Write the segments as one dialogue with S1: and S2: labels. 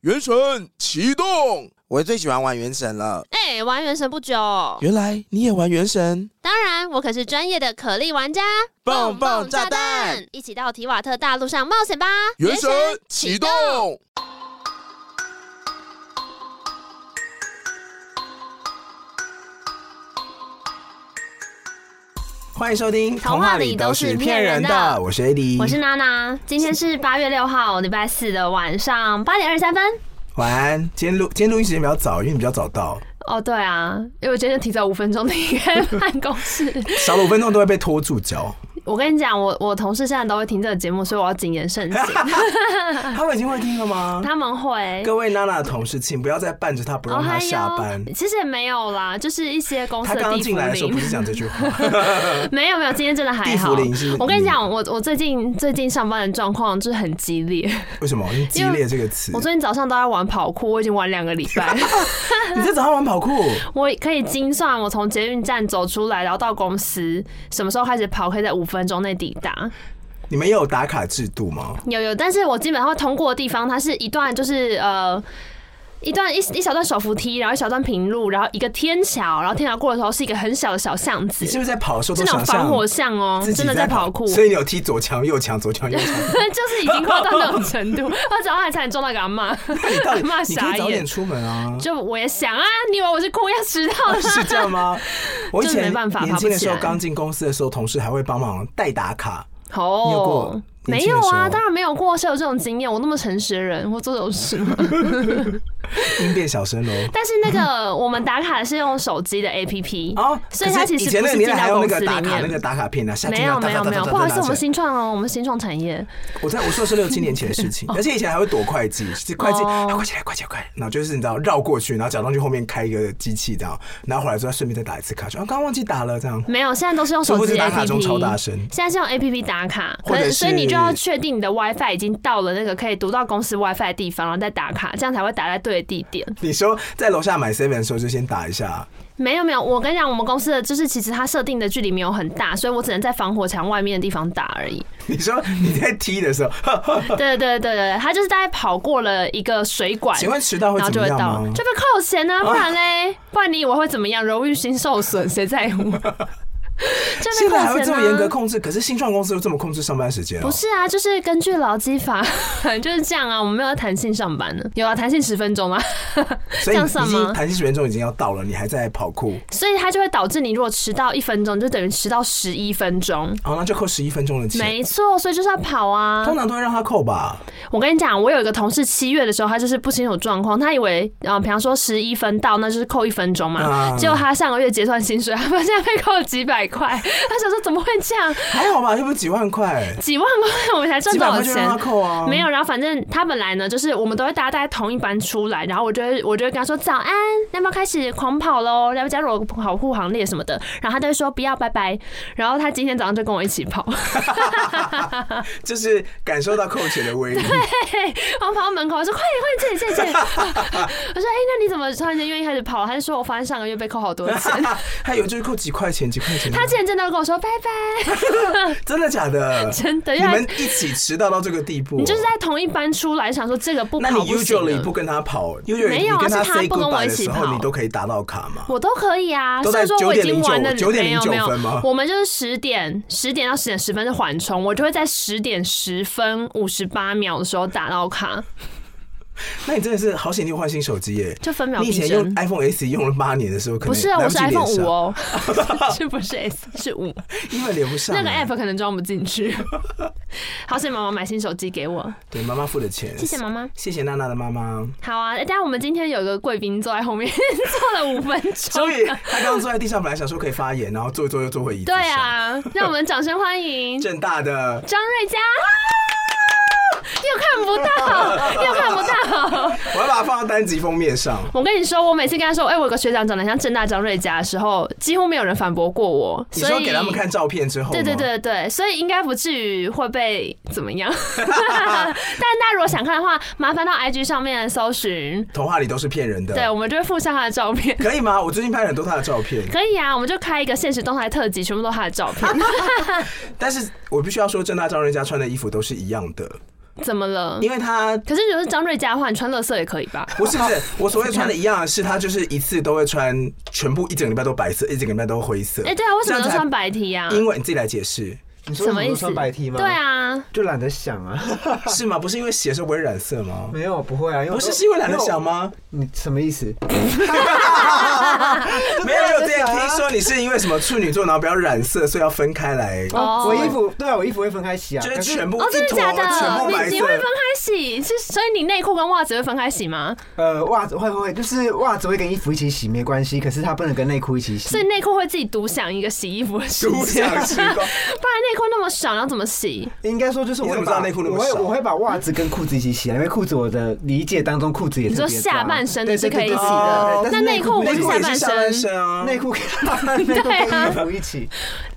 S1: 原神启动。
S2: 我最喜欢玩原神了。
S3: 哎、玩原神不久，
S2: 原来你也玩原神？
S3: 当然我可是专业的可莉玩家。
S2: 蹦蹦炸弹，
S3: 一起到提瓦特大陆上冒险吧！
S1: 原神启动。
S2: 欢迎收听《
S3: 童话里都是骗人的
S2: 我是 AD，
S3: 我是娜娜，今天是八月六号，礼拜四的晚上八点二十三分。
S2: 晚安。今天录今天录音时间比较早，因为你比较早 到，
S3: 哦，对啊，因为我今天提早五分钟离开办公室。
S2: 少了五分钟都会被拖住脚。
S3: 我跟你讲，我我同事现在都会听这个节目，所以我要谨言 慎行。
S2: 他们已经会听了吗？
S3: 他们会。
S2: 各位娜娜的同事，请不要再伴着他不让他下班
S3: 哦还。有其实也没有啦，就是一些公司
S2: 他
S3: 的
S2: 刚刚
S3: 地
S2: 进
S3: 府
S2: 来的时候不
S3: 灵，
S2: 是讲这句话，
S3: 没有没有，今天真的 还
S2: 地
S3: 好
S2: 府灵是。
S3: 我跟你讲，我我最近最近上班的状况就是很激烈，
S2: 为什么？用激烈这个词
S3: 我。最近早上都在玩跑酷，我已经玩两个礼拜，
S2: 你在早上玩跑酷？
S3: 我可以精算我从捷运站走出来，然后到公司什么时候开始跑，可以在五分钟内抵达。
S2: 你们也有打卡制度 吗？
S3: 有有，但是我基本上会通过的地方，它是一段就是呃。一段一一小段手扶梯，然后一小段平路，然后一个天桥，然后天桥过的时候是一个很小的小巷子，
S2: 你是不是在跑的时候
S3: 是
S2: 都
S3: 那种
S2: 想
S3: 防
S2: 象
S3: 火巷哦、
S2: 自己
S3: 真的在跑酷，
S2: 所以你有踢左墙右墙左墙右 墙？
S3: 就是已经快到那种程度。 我早上还差点撞到个阿妈，
S2: 那你 到底
S3: 骂
S2: 你
S3: 傻
S2: 可以早
S3: 眼？
S2: 点出门啊
S3: 就我也想啊，你以为我是故意要迟到的？
S2: 是这样吗？我以
S3: 就是没
S2: 前
S3: 办法
S2: 年轻的时候
S3: 爬不起来
S2: 刚进公司的时候，同事还会帮忙代打卡。
S3: 哦
S2: 你有过
S3: 没
S2: 年轻
S3: 有
S2: 的时候
S3: 啊，当然没有过，是有这种经验。我那么诚实的人，我做这种事吗？
S2: 应变小生喽。
S3: 但是那个我们打卡是用手机的 APP
S2: 哦，
S3: 所以
S2: 可
S3: 它
S2: 是以
S3: 其实
S2: 前
S3: 不
S2: 那
S3: 是
S2: 个年
S3: 进
S2: 代还
S3: 到
S2: 有那
S3: 公司
S2: 个
S3: 里
S2: 打卡
S3: 面
S2: 那。个打卡片啊，下
S3: 没
S2: 进
S3: 有
S2: 来
S3: 没有没有，不好意思，我们。新创哦，我们新创产业。
S2: 我在我说的是六七年前的事 情，而且以前还会躲会计，是会计
S3: 哦
S2: 啊，快起来，快起来，快！然后就是你知道绕过去，然后假装去后面开一个机器这样，然后回来之后顺便再打一次卡，就啊刚忘记打了这样。
S3: 没有，现在都是用手
S2: 殊不
S3: 机
S2: 知打卡
S3: APP，
S2: 中超大声
S3: 现在是用 APP 打卡，
S2: 或
S3: 可
S2: 者
S3: 能所以你
S2: 是
S3: 就要确定你的 WiFi 已经到了那个可以读到公司 WiFi 的地方，然后再打卡，这样才会打在对的地点。
S2: 你说在楼下买 seven 的时候就先打一下，
S3: 没有没有，我跟你讲，我们公司的就是其实它设定的距离没有很大，所以我只能在防火墙外面的地方打而 已。
S2: 你说你在踢的时候，呵呵呵
S3: 对对对对对，他就是大概跑过了一个水管。
S2: 请问迟到会
S3: 然后
S2: 哦怎
S3: 就
S2: 么
S3: 会
S2: 样
S3: 到，
S2: 吗？哦
S3: 就被扣钱啊！不然嘞，不然你以为会怎么样？荣誉心受损，谁在 乎？就被
S2: 现在还
S3: 扣
S2: 会
S3: 钱
S2: 这么严格
S3: 啊！
S2: 控制，可是新创公司又这么控制上班时间、哦
S3: 不是啊，就是根据劳基法 就是这样啊，我们没有弹性上班的，有啊，弹性十分钟啊，
S2: 所以
S3: 这
S2: 你
S3: 样算
S2: 已
S3: 吗
S2: 经弹性时间中已经要到了，你还在跑酷，
S3: 所以它就会导致你如果迟到一分钟，就等于迟到十一分钟。
S2: 好，那就扣十一分钟的钱。
S3: 没错，所以就是要跑啊！
S2: 通常都会让他扣吧，
S3: 我跟你讲，我有一个同事七月的时候，他就是不清楚状况，他以为啊、呃比方说十一分到，那就是扣一分钟嘛。
S2: 啊
S3: 结果他上个月结算薪水，他发现被扣了几百块，他想说怎么会这样？
S2: 还好吧，又不是几万块，
S3: 几万块我们才赚
S2: 几
S3: 多
S2: 百块
S3: 少
S2: 就让
S3: 钱
S2: 他？扣啊，
S3: 没有，然后反正他本来呢，就是我们都会搭大概同一班出来，然后我就会我就会跟他说早安，要不要开始狂跑喽？要不要加入我跑酷行列什么的？然后他就会说不要，拜拜。然后他今天早上就跟我一起跑，
S2: 就是感受到扣钱的 威力。
S3: 然后跑到门口，我说快点快点，这 里这里这里。我说哎、那你怎么突然间愿意开始跑？他就说我发现上个月被扣好多钱。
S2: 还有就是扣几块钱，几块钱的。
S3: 啊他竟然真的跟我说拜拜，
S2: 真的假的？
S3: 真的，
S2: 你
S3: 因为
S2: 们
S3: 他
S2: 一起迟到到这个地步哦，
S3: 你就是在同一班出来，想说这个不
S2: 那
S3: 跑
S2: 你
S3: 不行
S2: usually
S3: 了
S2: 不跟他跑
S3: 没
S2: ，usually 你
S3: 有啊
S2: 跟
S3: 是他
S2: say
S3: 不跟我
S2: goodbye
S3: 一
S2: 的
S3: 起
S2: 时
S3: 跑
S2: 候，你都可以达到卡吗？
S3: 我都可以啊，
S2: 都
S3: 虽然
S2: 在
S3: 说我已经
S2: 9.09
S3: 玩了
S2: 9.09
S3: 没有没有
S2: 分吗
S3: 我们就是十点十点到十点十分是缓冲，我就会在十点十分五十八秒的时候打到卡，
S2: 那你真的是好险，你有换新手机耶！
S3: 就分秒
S2: 你以
S3: 必
S2: 前用
S3: 争。
S2: iPhone S 用了八年的时候，可能
S3: 不是啊，
S2: 来
S3: 我
S2: 及
S3: 是
S2: 连
S3: iPhone 五
S2: 上，
S3: 哦， 是不是 S 是五？
S2: 因为连不上
S3: 那
S2: 啊
S3: 个 app 可能装不进去。 好险，妈妈买新手机给我，
S2: 对妈妈付的钱，
S3: 谢谢妈妈。
S2: 谢谢娜娜的妈妈。
S3: 好啊，但我们今天有一个贵宾坐在后面 坐了五分钟
S2: 终。于，她刚刚坐在地上，本来想说可以发言，然后坐一坐又坐回椅子
S3: 对
S2: 上。，
S3: 啊，让我们掌声欢迎
S2: 正大的
S3: 张瑞佳。又看不到，又看不到。
S2: 我要把它放到单集封面上。
S3: 我跟你说，我每次跟他说，哎、我有个学长长得像郑大张瑞佳的时候，几乎没有人反驳过我。
S2: 你
S3: 所
S2: 说
S3: 以
S2: 给他们看照片之后，
S3: 对对，对对，所以应该不至于会被怎么 样。 但大家如果想看的话，麻烦到 IG 上面搜寻，
S2: 童话里都是骗人的。
S3: 对，我们就会附上他的照片。
S2: 可以吗？我最近拍了很多她的照片，
S3: 可以啊，我们就开一个现实动态特辑， 全部都他的照片。
S2: 但是我必须要说，正大张人家穿的衣服都是一样的。
S3: 怎么了？
S2: 因为他
S3: 可是就是张瑞佳的话，你穿乐色也可以吧？
S2: 不是 不是，我所谓穿的一样的是，他就是一次都会穿全部一整个礼拜都白色，一整个礼拜都灰色。
S3: 哎、对啊，为什
S2: 这
S3: 么
S2: 样
S3: 都
S2: 才
S3: 穿白 T 呀、
S2: 因为你自己来解 释，
S4: 你
S3: 什
S4: 说什
S3: 么
S4: 么
S3: 意
S4: 都
S3: 思？
S4: 穿白 T 吗？
S3: 对，啊，
S4: 就懒得想啊。
S2: 是吗？不是因为血色不会染色吗？
S4: 没有，不会啊，因为我
S2: 不是是因为懒得想？吗？
S4: 因为我你什么意思？
S2: 没有，我之前听说你是因为什么处女座，然后不要染色，所以要分开来，
S3: 哦
S4: 我衣服对啊，我衣服会分开洗啊，
S2: 就
S4: 可
S2: 是全部
S3: 哦，真
S2: 一
S3: 的
S2: 坨，
S3: 假
S2: 全部
S3: 的？
S2: 白
S3: 你你会分
S2: 色。
S3: 开洗？是所以你内裤跟袜子会分开洗吗？
S4: 呃袜子会会会，就是袜子会跟衣服一起洗没关系，可是它不能跟内裤一起洗
S3: 所以。内裤会自己独享一个洗衣服的时
S2: 独
S3: 间，不然
S2: 享时光，
S3: 内裤那么爽，要怎么洗？
S4: 应该说就是我
S2: 你怎么
S4: 会
S2: 知道
S4: 把
S2: 内裤那么
S4: 我会
S2: 少
S4: 我会把袜子跟裤子一起洗啊，因为裤子我的理解当中裤子也
S3: 你
S4: 特
S3: 说
S4: 别
S3: 下
S4: 脏
S3: 半身
S4: 对
S3: 是可以洗
S2: 的
S4: 对对对对但是
S3: 那内裤
S4: 不
S3: 我
S2: 内
S4: 行
S3: 是
S2: 裤也是下
S3: 下半
S2: 半
S3: 身
S2: 身啊，
S4: 内裤跟内裤跟衣服一起，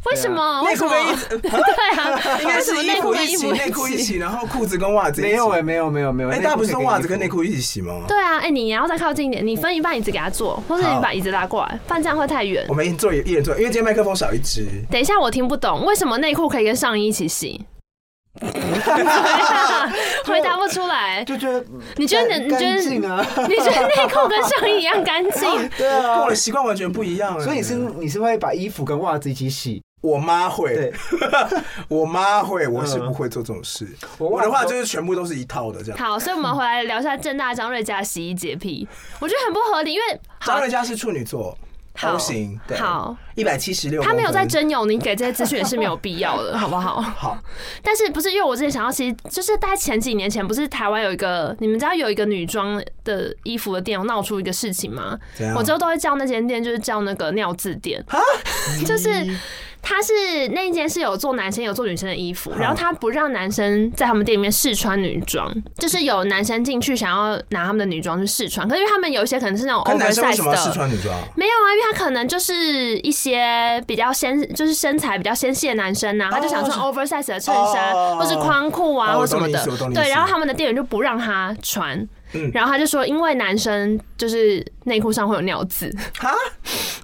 S3: 为什么？哦为
S2: 啊内
S3: 什
S2: 裤
S3: 么？
S2: 跟衣服
S3: 对啊，
S2: 应该
S3: 为
S2: 是
S3: 什么
S2: 衣
S3: 内裤
S2: 服
S3: 跟
S2: 一
S3: 衣
S2: 起，
S3: 服
S2: 内裤一？起，然后裤子跟袜子一起
S3: 啊
S4: 没有哎，没有没有没有，
S2: 哎，大家不是
S4: 内
S2: 说
S4: 裤
S2: 袜子跟内裤一起洗吗？
S3: 对啊，哎、你要再靠近一点，你分一半椅子给他坐，或者你
S2: 好
S3: 把椅子拉过来，不然这样会太远
S2: 我。们一人做一人做，因为今天麦克风少一支，
S3: 等一下，我听不懂为什么内裤可以跟上衣一起洗， 啊回答不出来。
S4: 就觉得
S3: 你觉得
S4: 干
S3: 你觉得
S4: 干净啊？
S3: 你觉得内裤跟上衣一样干净？
S4: 对
S2: 跟
S4: 啊
S2: 我的，习惯完全不一样。哎
S4: 所以你是你是会把衣服跟袜子一起洗？
S2: 我妈
S4: 对
S2: 会， 我妈会，我是
S4: 嗯
S2: 不会做这种事。
S4: 我
S2: 我的话就是
S4: 是
S2: 全部都是一套的这样。
S3: 好，所以我们回来聊一下正大张瑞佳的洗衣洁癖，我觉得很不合理，因为
S2: 张
S3: 好
S2: 瑞佳是处女座
S3: 好
S2: O 型，对，
S3: 好，
S2: 一百七十六，
S3: 他没有在征友，你给这些资讯也是没有必要 的，好不好？
S2: 好。
S3: 但是不是因为我之前想到，其实就是大概前几年前，不是台湾有一个你们知道有一个女装的衣服的店有闹出一个事情吗？
S2: 怎样
S3: 我之后都会叫那间店，就是叫那个尿字店， 就是他是那一间是有做男生有做女生的衣服，然后他不让男生在他们店里面试穿女装，就是有男生进去想要拿他们的女装去试穿，可是因为他们有一些可能是那种
S2: 可男生为
S3: oversize
S2: 什么要试
S3: 的。
S2: 穿女装？
S3: 没有啊，因为他可能就是一些比较纤，就是身材比较纤细的男生呐、啊他就想穿 oversize 的衬衫，
S2: 哦
S3: 或是宽裤啊，
S2: 哦
S3: 或
S2: 我
S3: 什
S2: 懂
S3: 么
S2: 你意
S3: 的
S2: 思我懂。你意
S3: 对，
S2: 思
S3: 然后他们的店员就不让他穿，
S2: 嗯
S3: 然后他就说，因为男生就是内裤上会有尿渍，
S2: 哈，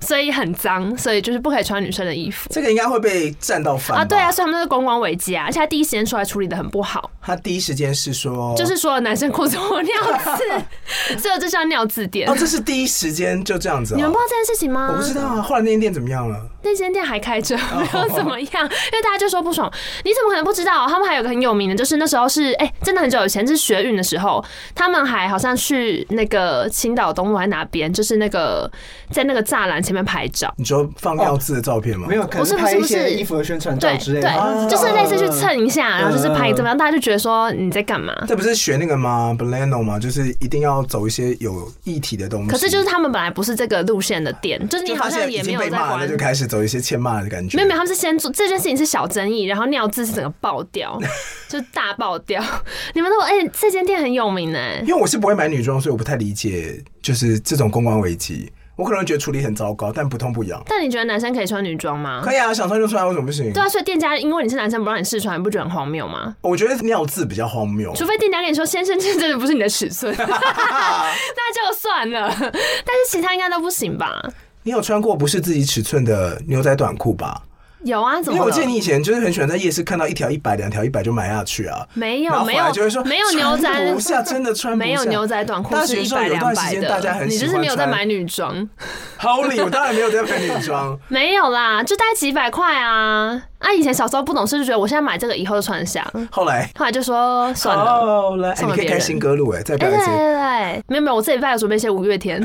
S3: 所以很脏，所以就是不可以穿女生的衣服。
S2: 这个应该会被占到翻
S3: 啊，
S2: 吧
S3: 对啊，，所以他们都是公关危机啊，而且他第一时间出来处理的很不好，
S2: 他第一时间是说，
S3: 就是说男生裤子有尿渍， 所以这叫尿字店
S2: 哦，。这是第一时间就这样子哦。
S3: 你们不知道这件事情吗？
S2: 我不知道啊，后来那间店怎么样了？
S3: 那间店还开着，
S2: 哦
S3: 没有怎么样，因为大家就说不爽，你怎么可能不知道？他们还有个很有名的，就是那时候是哎、真的很久以前，是学运的时候，他们还好像去那个青岛东路还哪边，就是那个在那个栅栏前面拍照。
S2: 你说放尿渍的照片吗？
S4: 没有，可
S3: 不是
S4: 能
S3: 不是
S4: 拍一
S3: 不是
S4: 些衣服的宣传照
S3: 对
S4: 之类的，
S2: 啊
S4: 啊
S3: 对，就是类似去蹭一下，然后就是拍怎么样，大家就觉得说嗯你在干嘛？
S2: 这不是学那个吗？Blano 吗？就是一定要走一些有议题的东西。
S3: 可是就是他们本来不是这个路线的店，就是你
S2: 就
S3: 好
S2: 发
S3: 像
S2: 现
S3: 也
S2: 已
S3: 没
S2: 经
S3: 有
S2: 被
S3: 在
S2: 骂
S3: 管
S2: 了，就。开始走一些欠骂的感觉。
S3: 没有没有，他们是先做这件事情是小争议，然后尿渍是整个爆 掉，就大爆掉。你们都哎、这间店很有名呢、
S2: 因为我是不会买女装，所以我不太理解就是这种公关危机。我可能会觉得处理很糟糕，但不痛不痒。
S3: 但你觉得男生可以穿女装吗？
S2: 可以啊，想穿就穿，为什么不行？
S3: 嗯对啊，所以店家因为你是男生不让你试穿，你不觉得很荒谬吗？
S2: 我觉得尿渍比较荒谬。
S3: 除非店家跟你说先生这真的不是你的尺 寸， 那就算了。但是其他应该都不行吧？
S2: 你有穿过不是自己尺寸的牛仔短裤吧？
S3: 有啊，怎
S2: 因为
S3: 么
S2: 我
S3: 了
S2: 记？得你以前就是很喜欢在夜市看到一条一百、两条一百就买下去啊。
S3: 没
S2: 然
S3: 有
S2: 后
S3: 没
S2: 回来
S3: 有，
S2: 就会说
S3: 没有牛
S2: 穿
S3: 仔
S2: 不下，真 的穿不下。
S3: 没有牛仔短裤
S2: 大
S3: 是
S2: 学
S3: 一
S2: 时候
S3: 百
S2: 有
S3: 两
S2: 段时
S3: 百
S2: 间
S3: 的，
S2: 大家很
S3: 你
S2: 喜
S3: 就是
S2: 欢
S3: 没有在
S2: 穿
S3: 买女装，
S2: 好理，我当然没有在买女 装。
S3: 没有啦，就大概几百块啊。啊，以前小时候不懂事，就觉得我现在买这个以后就穿得下，
S2: 后来，
S3: 后来就说算了。
S2: 后来，哎
S3: 送
S2: 你
S3: 了
S2: 可
S3: 别
S2: 以开
S3: 人
S2: 新歌路哎，再
S3: 哎、
S2: 表一
S3: 对对
S2: 次。
S3: 对，没有没有，我这礼拜有准备一些五月 天，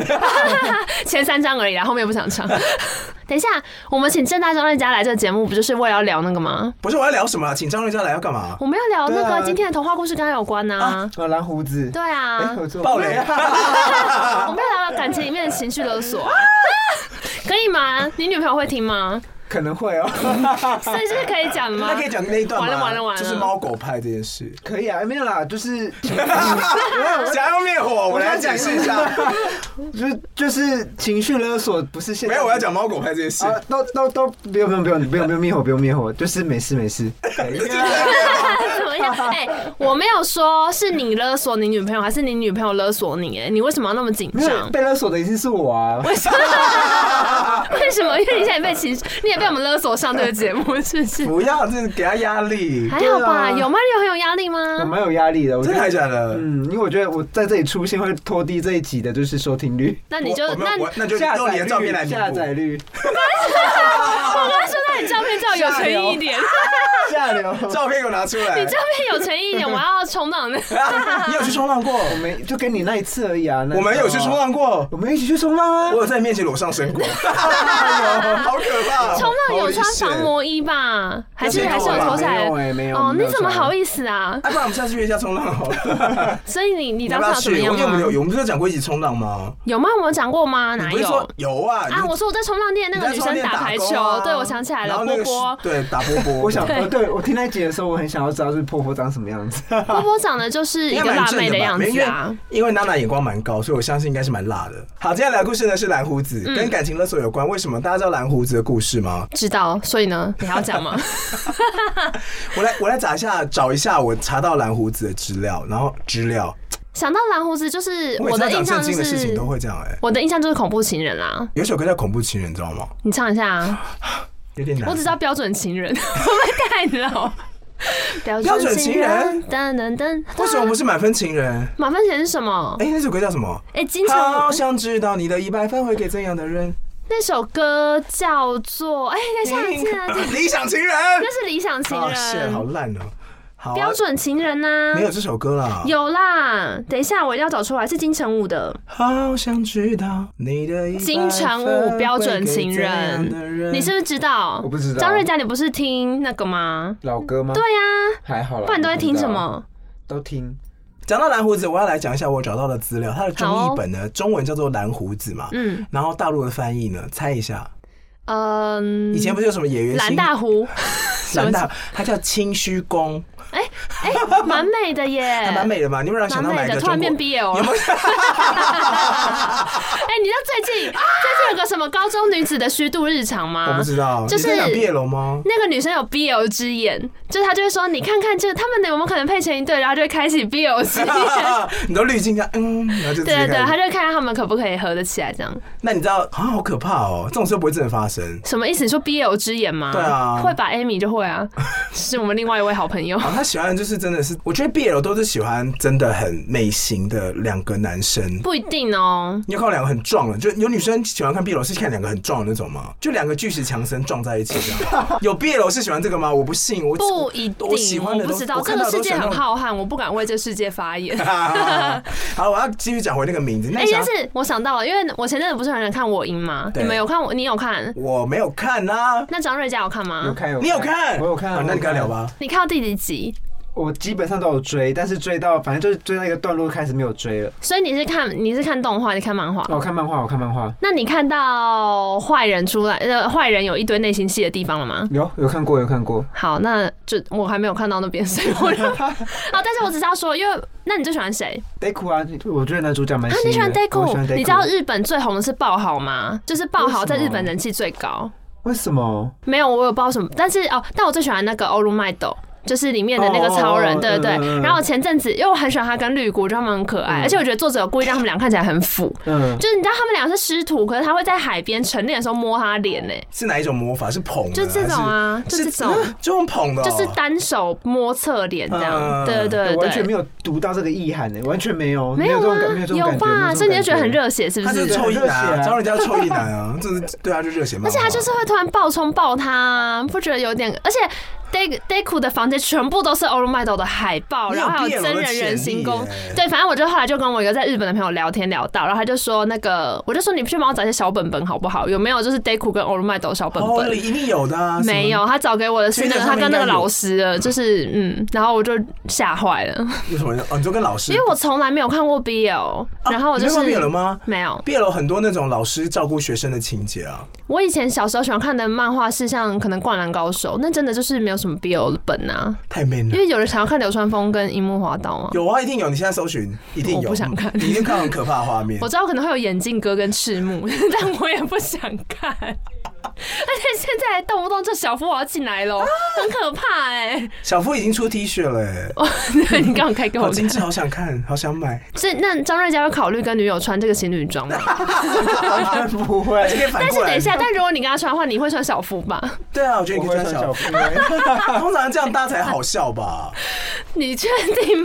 S3: 前三张而已啦，后面不想唱。 等一下，我们请正大张瑞佳来这个节目，不就是为了要聊那个吗？
S2: 不是我要聊什么啊？请张瑞佳来要干嘛？
S3: 我们要聊那
S4: 对
S3: 个
S4: 啊
S3: 今天的童话故事跟他有关呐、啊。
S4: 呃，蓝胡子，
S3: 对
S4: 哎
S3: 啊，
S4: 我 做
S2: 爆雷！哎啊
S3: 我们要聊聊感情里面的情绪 勒索啊、可以吗？你女朋友会听吗？
S4: 可能会哦，
S3: 所以是可以讲吗？
S2: 那可以讲那一段吗？
S3: 完了完了完了
S2: 就是猫狗派这件事，
S4: 可以啊，没有啦，就是
S2: 想要灭火，我来来解释一 下。
S4: 就就是情绪勒索，不是现
S2: 没有，我要讲猫狗派这件事。
S4: 啊，都都都不用不用不用不用不用灭火不用灭火，就是没事没 事。
S3: 怎么样？哎、我没有说是你勒索你女朋友，还是你女朋友勒索你、哎，你为什么要那么紧
S4: 没有
S3: 张？
S4: 被勒索的一定是我啊，
S3: 为什么？ 为什么？因为你现在也被歧视， 你也被我们勒索上这个节目，是 不是？
S2: 不要，这是给他压力，
S3: 还好吧？
S4: 对啊
S3: 有吗？你有很有压力
S4: 我
S3: 吗？
S4: 蛮有压力的。我觉
S2: 真的还
S4: 得，
S2: 假的？
S4: 嗯，因为我觉得我在这里出现会拖低这一集的，就是收听率、
S3: 那你就
S2: 我我
S3: 那
S2: 们
S3: 你
S2: 我那就
S4: 下
S2: 用
S4: 载
S2: 你的照片来
S4: 率、
S2: 弥
S4: 下载
S2: 补。
S4: 率、
S3: 我刚刚说那你照片照有诚意 一点，
S4: 下流。
S2: 照片给我拿出来。
S3: 你照片有诚意 一点，我要冲浪的。
S2: 啊你有去冲浪 过？
S4: 我们就跟你那一次而已啊。那
S2: 我们有去冲，浪过，
S4: 我们一起去冲浪啊
S2: 我。有在你面前裸上身 过， 好可怕！哦
S3: 冲浪有穿
S2: 好
S3: 防
S2: 危险。
S3: 膜衣吧？还是
S2: 没有
S3: 还是有
S2: 吧
S3: 脱下来？
S4: 没有欸没有
S3: 哦，
S4: 没
S3: 你
S4: 有
S3: 怎么
S4: 穿
S3: 好意思啊？
S2: 哎，不然我们下次约一下冲浪好了。
S3: 所以 你你
S2: 你
S3: 当
S2: 要不要
S3: 场怎么
S2: 去？因
S3: 样
S2: 为我们有，
S3: 吗？
S2: 我们不是有讲过一起冲浪吗？
S3: 有吗？我有讲过吗？
S2: 你
S3: 哪
S2: 不是
S3: 有
S2: 说？有啊？
S3: 啊，
S2: 你
S3: 我说我在冲浪店那个女
S2: 你在冲浪
S3: 生
S2: 店
S3: 打
S2: 打
S3: 排
S2: 工
S3: 球，
S2: 啊
S3: 对我想起来
S2: 然
S3: 了，
S2: 后
S3: 波
S2: 那个
S3: 波
S2: 是对打波波，
S4: 我想，
S3: 对
S4: 哦，对我听那一集的时候，我很想要知道是婆婆长什么样子。
S3: 波波长得就是一
S2: 啊应
S3: 个
S2: 该蛮
S3: 辣
S2: 正
S3: 妹
S2: 的吧
S3: 样
S2: 没
S3: 子啊。
S2: 因为因为娜娜眼光蛮高，所以我相信应该是蛮辣的。好，接下来的故事呢是蓝胡
S3: 嗯
S2: 子，跟感情勒索有关。为什么大家知道蓝胡子的故事吗？
S3: 知道，所以呢，你还要讲吗？
S2: 我来我来找一下，找一下我查到蓝胡子的资料，然后资料。
S3: 想到蓝胡子，就是
S2: 每
S3: 我
S2: 次要
S3: 的
S2: 讲
S3: 印象
S2: 正
S3: 就
S2: 经的事情
S3: 是
S2: 都会这样哎、欸。
S3: 我的印象就是恐怖情人啊。
S2: 有一首歌叫《恐怖情人》，你知道吗？
S3: 你唱一下啊，
S2: 有点难。
S3: 我只知道标准情人， 会不会太老？标
S2: 标准情人，
S3: 噔噔噔，
S2: 为什么不是满分情人？
S3: 马分前是什么？
S2: 哎、那首歌叫什么？
S3: 哎，金城
S2: 好
S3: 武
S2: 想知道你的一百分会给怎样的人？
S3: 那首歌叫做哎，等一下，
S2: 听
S3: 记 得记得
S2: 理想 情人。
S3: 那是理想情
S2: 好，shit，好
S3: 人，
S2: 烂哦、好啊、
S3: 标准情人啊呐
S2: 没，有这首歌啦。
S3: 有啦，等一下我一定要找出来，是金城武的。
S2: 好想知道你的一
S3: 金城武标准情人，
S2: 嗯
S3: 你是不是知道？
S4: 我不知道
S3: 张瑞佳，你不是听那个吗？
S4: 老歌吗？
S3: 对，呀、
S4: 还好啦。
S3: 不然你都在听什
S4: 我
S3: 么？
S4: 不知道？都听。
S2: 讲到蓝胡子，我要来讲一下我找到的资料，它的中
S3: 好哦
S2: 译本呢，中文叫做蓝胡子嘛，
S3: 嗯
S2: 然后大陆的翻译呢，猜一下，
S3: 嗯，
S2: 以前不是有什么演员
S3: 蓝
S2: 青
S3: 大湖，
S2: 蓝大，他叫清虚宫，
S3: 哎、蛮美的耶，
S2: 还 蛮美的嘛，你有没有想
S3: 蛮
S2: 到哪
S3: 美
S2: 一
S3: 的，
S2: 个
S3: 突然
S2: 中国
S3: 变？BL
S2: 有
S3: 了
S2: 没。有？
S3: 哎、你知道最近、最近有个什么高中女子的虚度日常吗？
S2: 我不知道，
S3: 就是
S2: 你在讲毕业楼吗？
S3: 那个女生有 BL 之眼，就是她就会说，你看看这他们有没有可能配成一对，然后就会开启 BL 之眼。
S2: 你都滤镜一下，嗯，然后就直
S3: 对啊
S2: 接
S3: 对对，她
S2: 开始。
S3: 就会看看他们可不可以合得起来这样。
S2: 那你知道啊，好可怕哦，这种事不会真的发生。
S3: 什么意思？你说 BL 之眼吗？
S2: 对啊
S3: 会吧？Amy 就会啊， 是我们另外一位好朋友。
S2: 啊，他喜欢的就是真的是，我觉得 BL 都是喜欢真的很美型的两个男生。
S3: 不一定哦，
S2: 你有看过两个很壮的，就有女生喜欢看 BL 是看两个很壮的那种吗？就两个巨石强森撞在一起这 样。有 BL 是喜欢这个吗？我不信，我
S3: 不一定。
S2: 我喜欢的
S3: 不
S2: 都
S3: 知道
S2: 我
S3: 这
S2: 看到
S3: 个
S2: 的
S3: 世
S2: 都
S3: 界
S2: 是
S3: 很
S2: 那种
S3: 浩瀚，我不敢为这世界 发言。
S2: 好，我要继续讲回那个名字。那
S3: 哎、
S2: 你想
S3: 但是我想到了，因为我前阵子不是很想看我赢吗？
S2: 对
S3: 你们有看我？你有看？
S2: 我没有看呐、
S3: 那张瑞佳有看
S4: 有
S3: 吗？
S4: 看有
S2: 你有看？
S4: 我有看
S2: 好。那你跟他聊吧。
S3: 你看到第几集？
S4: 我基本上都有追，但是追到反正就是追到一个段落开始没有追了。
S3: 所以你是看你是看动画，你看漫画。
S4: 哦，我看漫画，我看漫画，
S3: 那你看到坏人出来，呃，坏人有一堆内心戏的地方了吗？
S4: 有有看过有看过。
S3: 好，那就我还没有看到那边，所以 我就好，但是我只是要说，因为那你最喜欢谁
S4: Deku 啊，我觉得男主角蛮
S3: 啊
S4: 吸？
S3: 你喜
S4: 引
S3: 欢
S4: 人的。我喜
S3: Deku？
S4: 欢 Deku，
S3: 你知道日本最红的是爆豪吗？就是爆豪
S4: 为什
S3: 在
S4: 么
S3: 日本人气最高。
S4: 为什么？
S3: 没有，我有不知道什么，但是哦，但我最喜欢那个欧鲁麦斗。就是里面的那个超人
S4: 哦
S3: 对对对。
S4: 嗯嗯嗯
S3: 然后我前阵子，因为我很喜欢他跟绿谷，就他们很可爱，
S4: 嗯
S3: 而且我觉得作者有故意让他们俩看起来很腐，
S4: 嗯，
S3: 就是你知道他们俩是师徒，可是他会在海边晨练的时候摸他脸呢、
S2: 是哪一种魔法？是捧的？
S3: 就这种
S4: 嗯
S3: 啊，
S2: 还？
S3: 就是这
S2: 是
S3: 种，
S2: 啊就用捧的哦、
S3: 就是单手摸侧脸这
S2: 嗯
S3: 样，对对
S4: 我完全
S3: 对
S4: 没。有读到这个意涵呢，欸完全没有，
S3: 没有
S4: 这种感，
S3: 啊，
S4: 没有这种感觉，没
S3: 吧？
S4: 有这种
S3: 所以你就觉得很
S4: 感。
S3: 热血，是不
S2: 他就是是？臭一男、
S4: 很热
S2: 啊，
S4: 血啊
S2: 张人家是臭一男 啊，这是对啊，就热血漫
S3: 而
S2: 画。
S3: 且他就是会突然爆冲爆他，啊不觉得有点？而且 Day Dayku 的房间全部都是 o l m i d o 的海报，
S2: 你
S3: 然
S2: 有
S3: 后还
S2: BL
S3: 有
S2: 的
S3: 真人人形宫
S2: 潜力耶。
S3: 对，反正我就后来就跟我一个在日本的朋友聊天聊到，然后他就说那个，我就说你去帮我找一些小本本好不好？有没有就是 Dayku 跟 o l m i d o 小本
S2: 哦，
S3: 本？
S2: 一定有的、啊。什么
S3: 没有，，他找给我的是那个
S2: 推荐
S3: 他
S2: 上面
S3: 跟那个
S2: 应该有
S3: 老师的，就是嗯，然后我就吓坏了，
S2: 有什么？哦，你就跟老师，
S3: 因为我从来没有看过 BL，
S2: 啊
S3: 然后我就
S2: 你
S3: 是
S2: 没有看 BL 吗？
S3: 没有，
S2: 毕业楼很多那种老师照顾学生的情节啊，
S3: 我以前小时候喜欢看的漫画是像可能《灌篮高手》，那真的就是没有什么 BL 的本啊，
S2: 太 man 了
S3: 因。为有人想要看流川枫跟樱木花道啊。
S2: 有啊，一定有！你现在搜寻，一定有。
S3: 我不想看
S2: 你一定看到很可怕的画面
S3: 我。知道可能会有眼镜哥跟赤木，但我也不想看。而且现在动不动就小夫我要进来喽，很可怕哎、
S2: 小夫已经出 T 恤了、欸，
S3: 对 你刚好开给我
S2: 好精
S3: 看，
S2: 致，好想看，好想买。
S3: 是那张瑞佳会考虑跟女友穿这个情侣 装吗？
S4: 完全不会
S2: 而。且可以反
S3: 但是
S2: 过来。
S3: 等一下，但如果你跟他穿的话，你会穿小夫吧？
S2: 对啊，我觉得
S4: 我
S2: 你
S4: 会
S2: 可以
S4: 穿
S2: 穿
S4: 小
S2: 小。
S4: 裤。
S2: 通常这样大家才好笑吧？
S3: 你确 定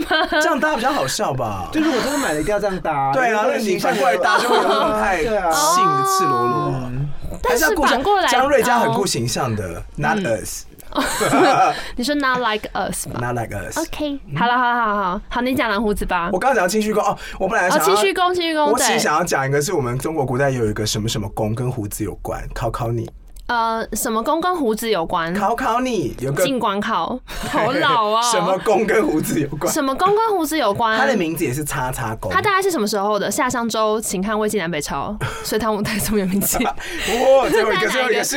S3: 吗？
S2: 这样大家比较好笑吧？
S4: 就是我真的买了，一定要这样搭。
S2: 对啊，
S4: 因
S2: 那
S4: 为
S2: 你反过来嗯搭就会有那种太
S4: 对啊。
S2: 性的赤裸裸。还
S3: 但
S2: 要
S3: 是
S2: 顾
S3: 反过来，
S2: 江瑞佳很顾
S3: 哦嗯
S2: 形象的，Not us，Not
S3: 你说 not like us 吧
S2: like us。
S3: ？OK，好了，好了，好了好了，好，你讲蓝胡子吧
S2: 我。刚刚讲到清虚宫哦，我本来
S3: 哦，
S2: 想
S3: 清
S2: 要
S3: 虚宫，清虚宫，
S2: 我只是
S3: 对，
S2: 想要讲一个，是我们中国古代有一个什么什么宫跟胡子有关，考考你，
S3: 呃，什么宫跟胡子有关？
S2: 考考你，有个
S3: 进 官考，好老啊、
S2: 什么宫跟胡子有关？
S3: 什么宫跟胡子有关？
S2: 它的名字也是叉叉宫。
S3: 它大概是什么时候的？夏商周、秦汉、魏晋南 北朝，隋唐五代宋元明清。
S2: 哇，最后一个，最后一个是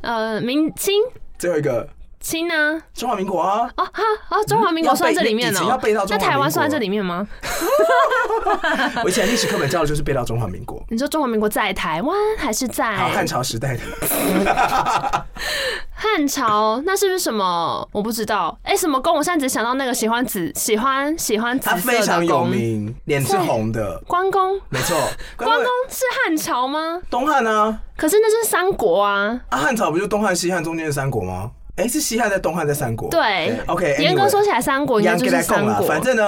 S3: 呃，明清
S2: 最后一个
S3: 清呢？
S2: 中华民国啊，
S3: 啊哈啊，中华民国
S2: 要背
S3: 算在这里面
S2: 以
S3: 哦、
S2: 前要背到中华
S3: 那
S2: 民国
S3: 台湾算在这里面吗？
S2: 我以前历史课本教的就是背到中华民国，
S3: 你说中华民国在台湾还是
S2: 好，汉
S3: 在
S2: 朝时代的，
S3: 汉朝？那是不是什么？我不知道。哎、什么宫？我现在只想到那个喜欢紫、喜欢喜欢紫
S2: 它
S3: 色
S2: 非常
S3: 的
S2: 有
S3: 宫。
S2: 名，脸是红 的，
S3: 关公，
S2: 没错，关
S3: 关公是汉朝吗？
S2: 东汉啊，
S3: 可是那就是三国啊。
S2: 啊，汉朝不就东汉、西汉中间的三国吗？哎、是西汉在东汉在三国。
S3: 对
S2: 哦 OK，
S3: 严格
S2: anyway
S3: 说起来，三国应该
S2: 杨
S3: 就
S2: 给
S3: 是
S2: 他
S3: 三
S2: 供了
S3: 国。，
S2: 反正呢，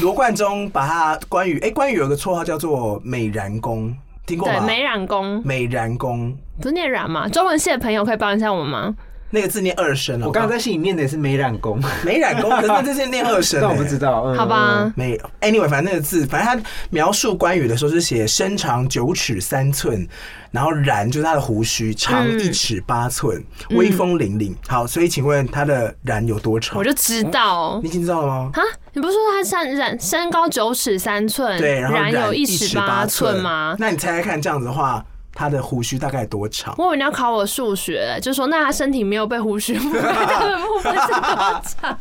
S2: 罗贯中把他关羽，哎、关羽有个绰号叫做美髯公，听过
S3: 对
S2: 吗？
S3: 美染工
S2: 美髯公
S3: 不是念染嘛？中文系的朋友可以帮一下我吗？
S2: 那个字念二声哦，
S4: 我刚刚在心里念的也是美染工，
S2: 美髯公，可是那字是念二声、
S4: 但我不知
S2: 道。
S4: 道。嗯
S3: 好吧，
S2: 没有，anyway，反正那个字，反正他描述关羽的时候是写身长九尺三寸，然后髯就是他的胡须长一尺八寸，
S3: 嗯
S2: 威风凛凛。好，所以请问他的髯有多长
S3: 我？就知道
S2: 你已经知道了吗？
S3: 啊！你不是说他身染身高九尺三寸，
S2: 对，然后
S3: 染嗯有
S2: 染
S3: 一
S2: 尺
S3: 尺
S2: 八
S3: 八寸吗？
S2: 那你猜猜看，这样子的话，他的胡须大概多长？
S3: 我以为你要考我数学，就说那他身体没有被胡须 覆盖到的部分是多长？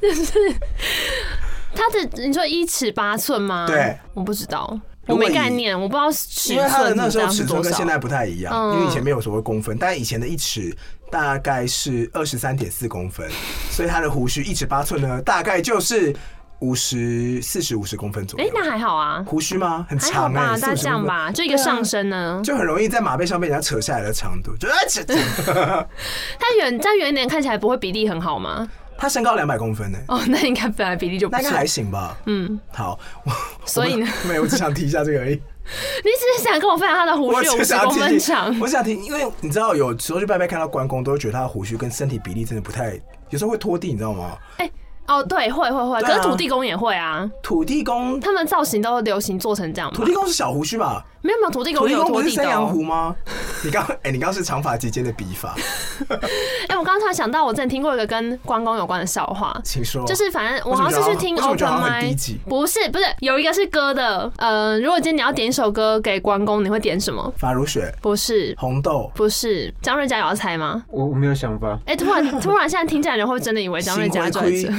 S3: 就是他的你说一尺八寸吗？
S2: 对，
S3: 我不知道，我
S2: 如果
S3: 没概
S2: 以
S3: 念，我不知道尺
S2: 因为他的
S3: 寸
S2: 那时
S3: 这
S2: 候
S3: 样
S2: 尺
S3: 是
S2: 寸
S3: 多
S2: 跟
S3: 少。
S2: 现在不太一样，
S3: 嗯
S2: 因为以前没有所谓公分，但以前的一尺大概是二十三点四公分，所以他的胡须一尺八寸呢，大概就是五十四十五十公分左
S3: 哎、
S2: 右。
S3: 那还好啊，
S2: 胡须吗？很
S3: 还好
S2: 长哎、
S3: 吧，
S2: 欸，
S3: 大家
S2: 四
S3: 这
S2: 十
S3: 样
S2: 公分。
S3: 吧，就一个上升呢。
S2: 就很容易在马背上被人家扯下来的长度，就啊，这这
S3: 它远站远一点看起来不会比例很好吗？
S2: 他身高两百公分呢、
S3: 哦，那应该本来比例就不
S2: 那应该还
S3: 是。
S2: 行吧？
S3: 嗯，
S2: 好，我
S3: 所以呢，
S2: 没有，我只想提一下这个而已。
S3: 你只是想跟我分享他的胡须有五
S2: 只
S3: 十
S2: 想要
S3: 公
S2: 提
S3: 分
S2: 醒
S3: 长，
S2: 我想听，因为你知道，有时候去拜拜看到关公，都会觉得他的胡须跟身体比例真的不太，有时候会拖地，你知道吗？
S3: 哦，对，会会会，
S2: 对
S3: 可
S2: 啊
S3: 是土地公也会啊，
S2: 土地公，
S3: 他们造型都流行做成这样
S2: 土
S3: 嘛。
S2: 地公是小胡须 吧？
S3: 没有没有，土地
S2: 土
S3: 公也
S2: 地
S3: 有
S2: 公
S3: 拖
S2: 不是
S3: 地哦
S2: 山羊
S3: 公。
S2: 胡吗？你刚，哎，你刚是长发及肩的笔法，
S3: 哎，我刚刚突然想到，我之前听过一个跟关公有关的笑话。
S2: 请说。
S3: 就是反正我
S2: 为什么
S3: 好像是
S2: 觉
S3: 去
S2: 得
S3: 听
S2: 哦为什么
S3: open
S2: 觉得好像很低
S3: mic，
S2: 级
S3: 不是不是有一个是歌的，嗯，如果今天你要点一首歌给关公，你会点什么？
S2: 法如雪、
S3: 不是
S2: 红豆、
S3: 不是，张瑞佳有要猜吗？
S4: 我我没有想法。
S3: 哎、突 然突然，现在听起来人会真的以为张瑞佳
S2: 新
S3: 在
S2: 龟
S3: 这，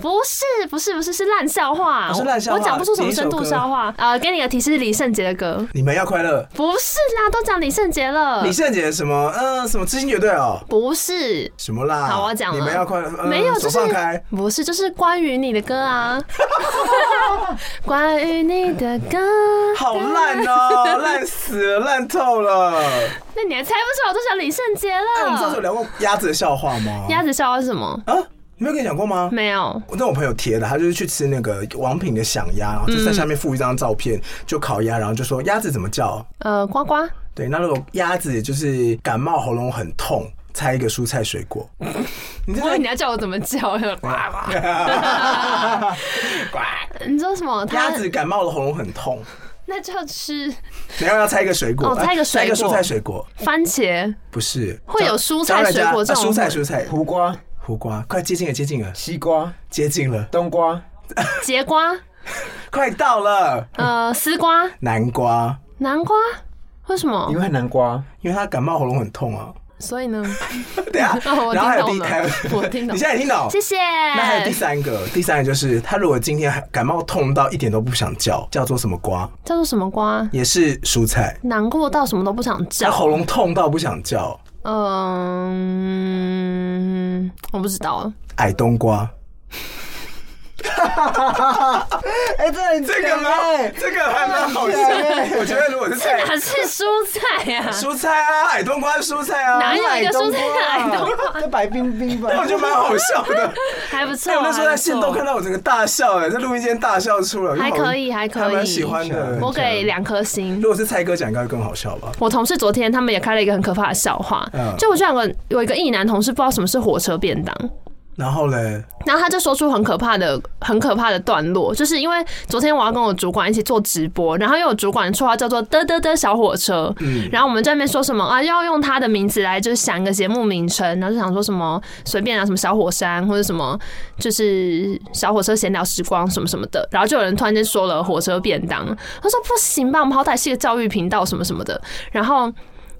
S3: 不是不是不是是烂笑话，
S2: 哦是烂笑话
S3: 我讲不出什么深度笑话。呃，给你个提示，是李圣杰的歌，
S2: 你们要快乐。
S3: 不是啦，都讲李圣杰了
S2: 李，圣杰什么？嗯，什么知心绝对哦，
S3: 不是。
S2: 什么啦？
S3: 好我讲
S2: 啊
S3: 了
S2: 你们要快乐，嗯
S3: 没有，
S2: 手
S3: 就是
S2: 放开。
S3: 不是，就是关于你的 歌啊，关于你的歌，
S2: 好
S3: 啊
S2: 烂哦，烂死了，烂透了。
S3: 那你还猜不出来，我都想李圣杰
S2: 哎，我们上次有
S3: 了。
S2: 聊过鸭子的笑话吗？
S3: 鸭子笑话是什么？
S2: 啊，没有跟你讲过吗？
S3: 没有，
S2: 那我朋友贴的，他就是去吃那个王品的响鸭，然后
S3: 嗯
S2: 就在下面附一张照片，就烤鸭，然后就说鸭子怎么叫？
S3: 呃，呱呱，
S2: 对，那如果鸭子就是感冒喉咙很痛，猜一个蔬菜水果。你知
S3: 我以
S2: 道
S3: 为你要叫我怎么叫，呱 呱，你说什么？它
S2: 鸭子感冒了喉咙很痛，
S3: 那就吃
S2: 然后要猜一个水果，
S3: 哦猜一个
S2: 猜
S3: 水果
S2: 一个蔬菜水果，
S3: 番茄，
S2: 不是
S3: 会有蔬菜
S2: 教大家
S3: 水果这
S2: 啊
S3: 种
S2: 蔬菜蔬菜
S4: 苦瓜、
S2: 苦瓜，快接近了，接近了，
S4: 西瓜、
S2: 接近了，
S4: 冬瓜、
S3: 节瓜，
S2: 快到了，
S3: 呃，丝瓜、
S2: 南瓜，
S3: 南瓜，为什么
S2: 哦
S4: 因？为南瓜。
S2: 因为他感冒喉咙很痛啊。
S3: 所以呢，
S2: 对啊，
S3: 哦我
S2: 然后还有
S3: 听
S2: 第
S3: 懂
S2: 还有
S3: 了， 我听懂
S2: 你现，在也听懂？
S3: 谢谢。
S2: 那还有第三个，第三个就是他如果今天感冒痛到一点都不想叫，叫做什么瓜？
S3: 叫做什么瓜？
S2: 也是蔬菜。
S3: 难过到什么都不想
S2: 他
S3: 叫。
S2: 喉咙痛到不想叫，
S3: 嗯，我不知道。
S2: 矮冬瓜。
S4: 哎，这很
S2: 这个
S4: 强哎
S2: 蛮，这个还蛮好笑的。我觉得如果是菜，
S3: 哪 是蔬菜呀、 啊？
S2: 蔬菜啊，矮冬瓜是蔬菜啊
S3: 哪，有一
S4: 矮
S3: 个蔬
S4: 冬
S3: 菜的矮冬瓜？
S4: 瓜，这白冰冰吧？
S2: 我觉得蛮好笑 的。
S3: 还不啊错。
S2: 哎，我那时候在线动看
S3: 到，
S2: 到我整个大笑，哎，在录音间大笑出来，我就
S3: 还
S2: 好
S3: 可以，还
S2: 还
S3: 可
S2: 蛮
S3: 以。
S2: 喜欢的。
S3: 我给两颗星
S2: 如。果是蔡哥讲，应该会更好笑吧？
S3: 我同事昨天他们也开了一个很可怕的笑话，
S2: 嗯
S3: 就我就有个有一个异男同事不知道什么是火车便当，
S2: 然后嘞，
S3: 然后他就说出很可怕的、很可怕的段落，就是因为昨天我要跟我主管一起做直播，然后又有主管的绰号叫做“嘚嘚嘚小火车”，
S2: 嗯
S3: 然后我们在那边说什么啊，要用他的名字来就是想一个节目名称，然后就想说什么随便啊，什么小火山或者什么就是小火车闲聊时光什么什么的，然后就有人突然间说了火车便当，他说不行吧，我们好歹是个教育频道什么什么的，然后。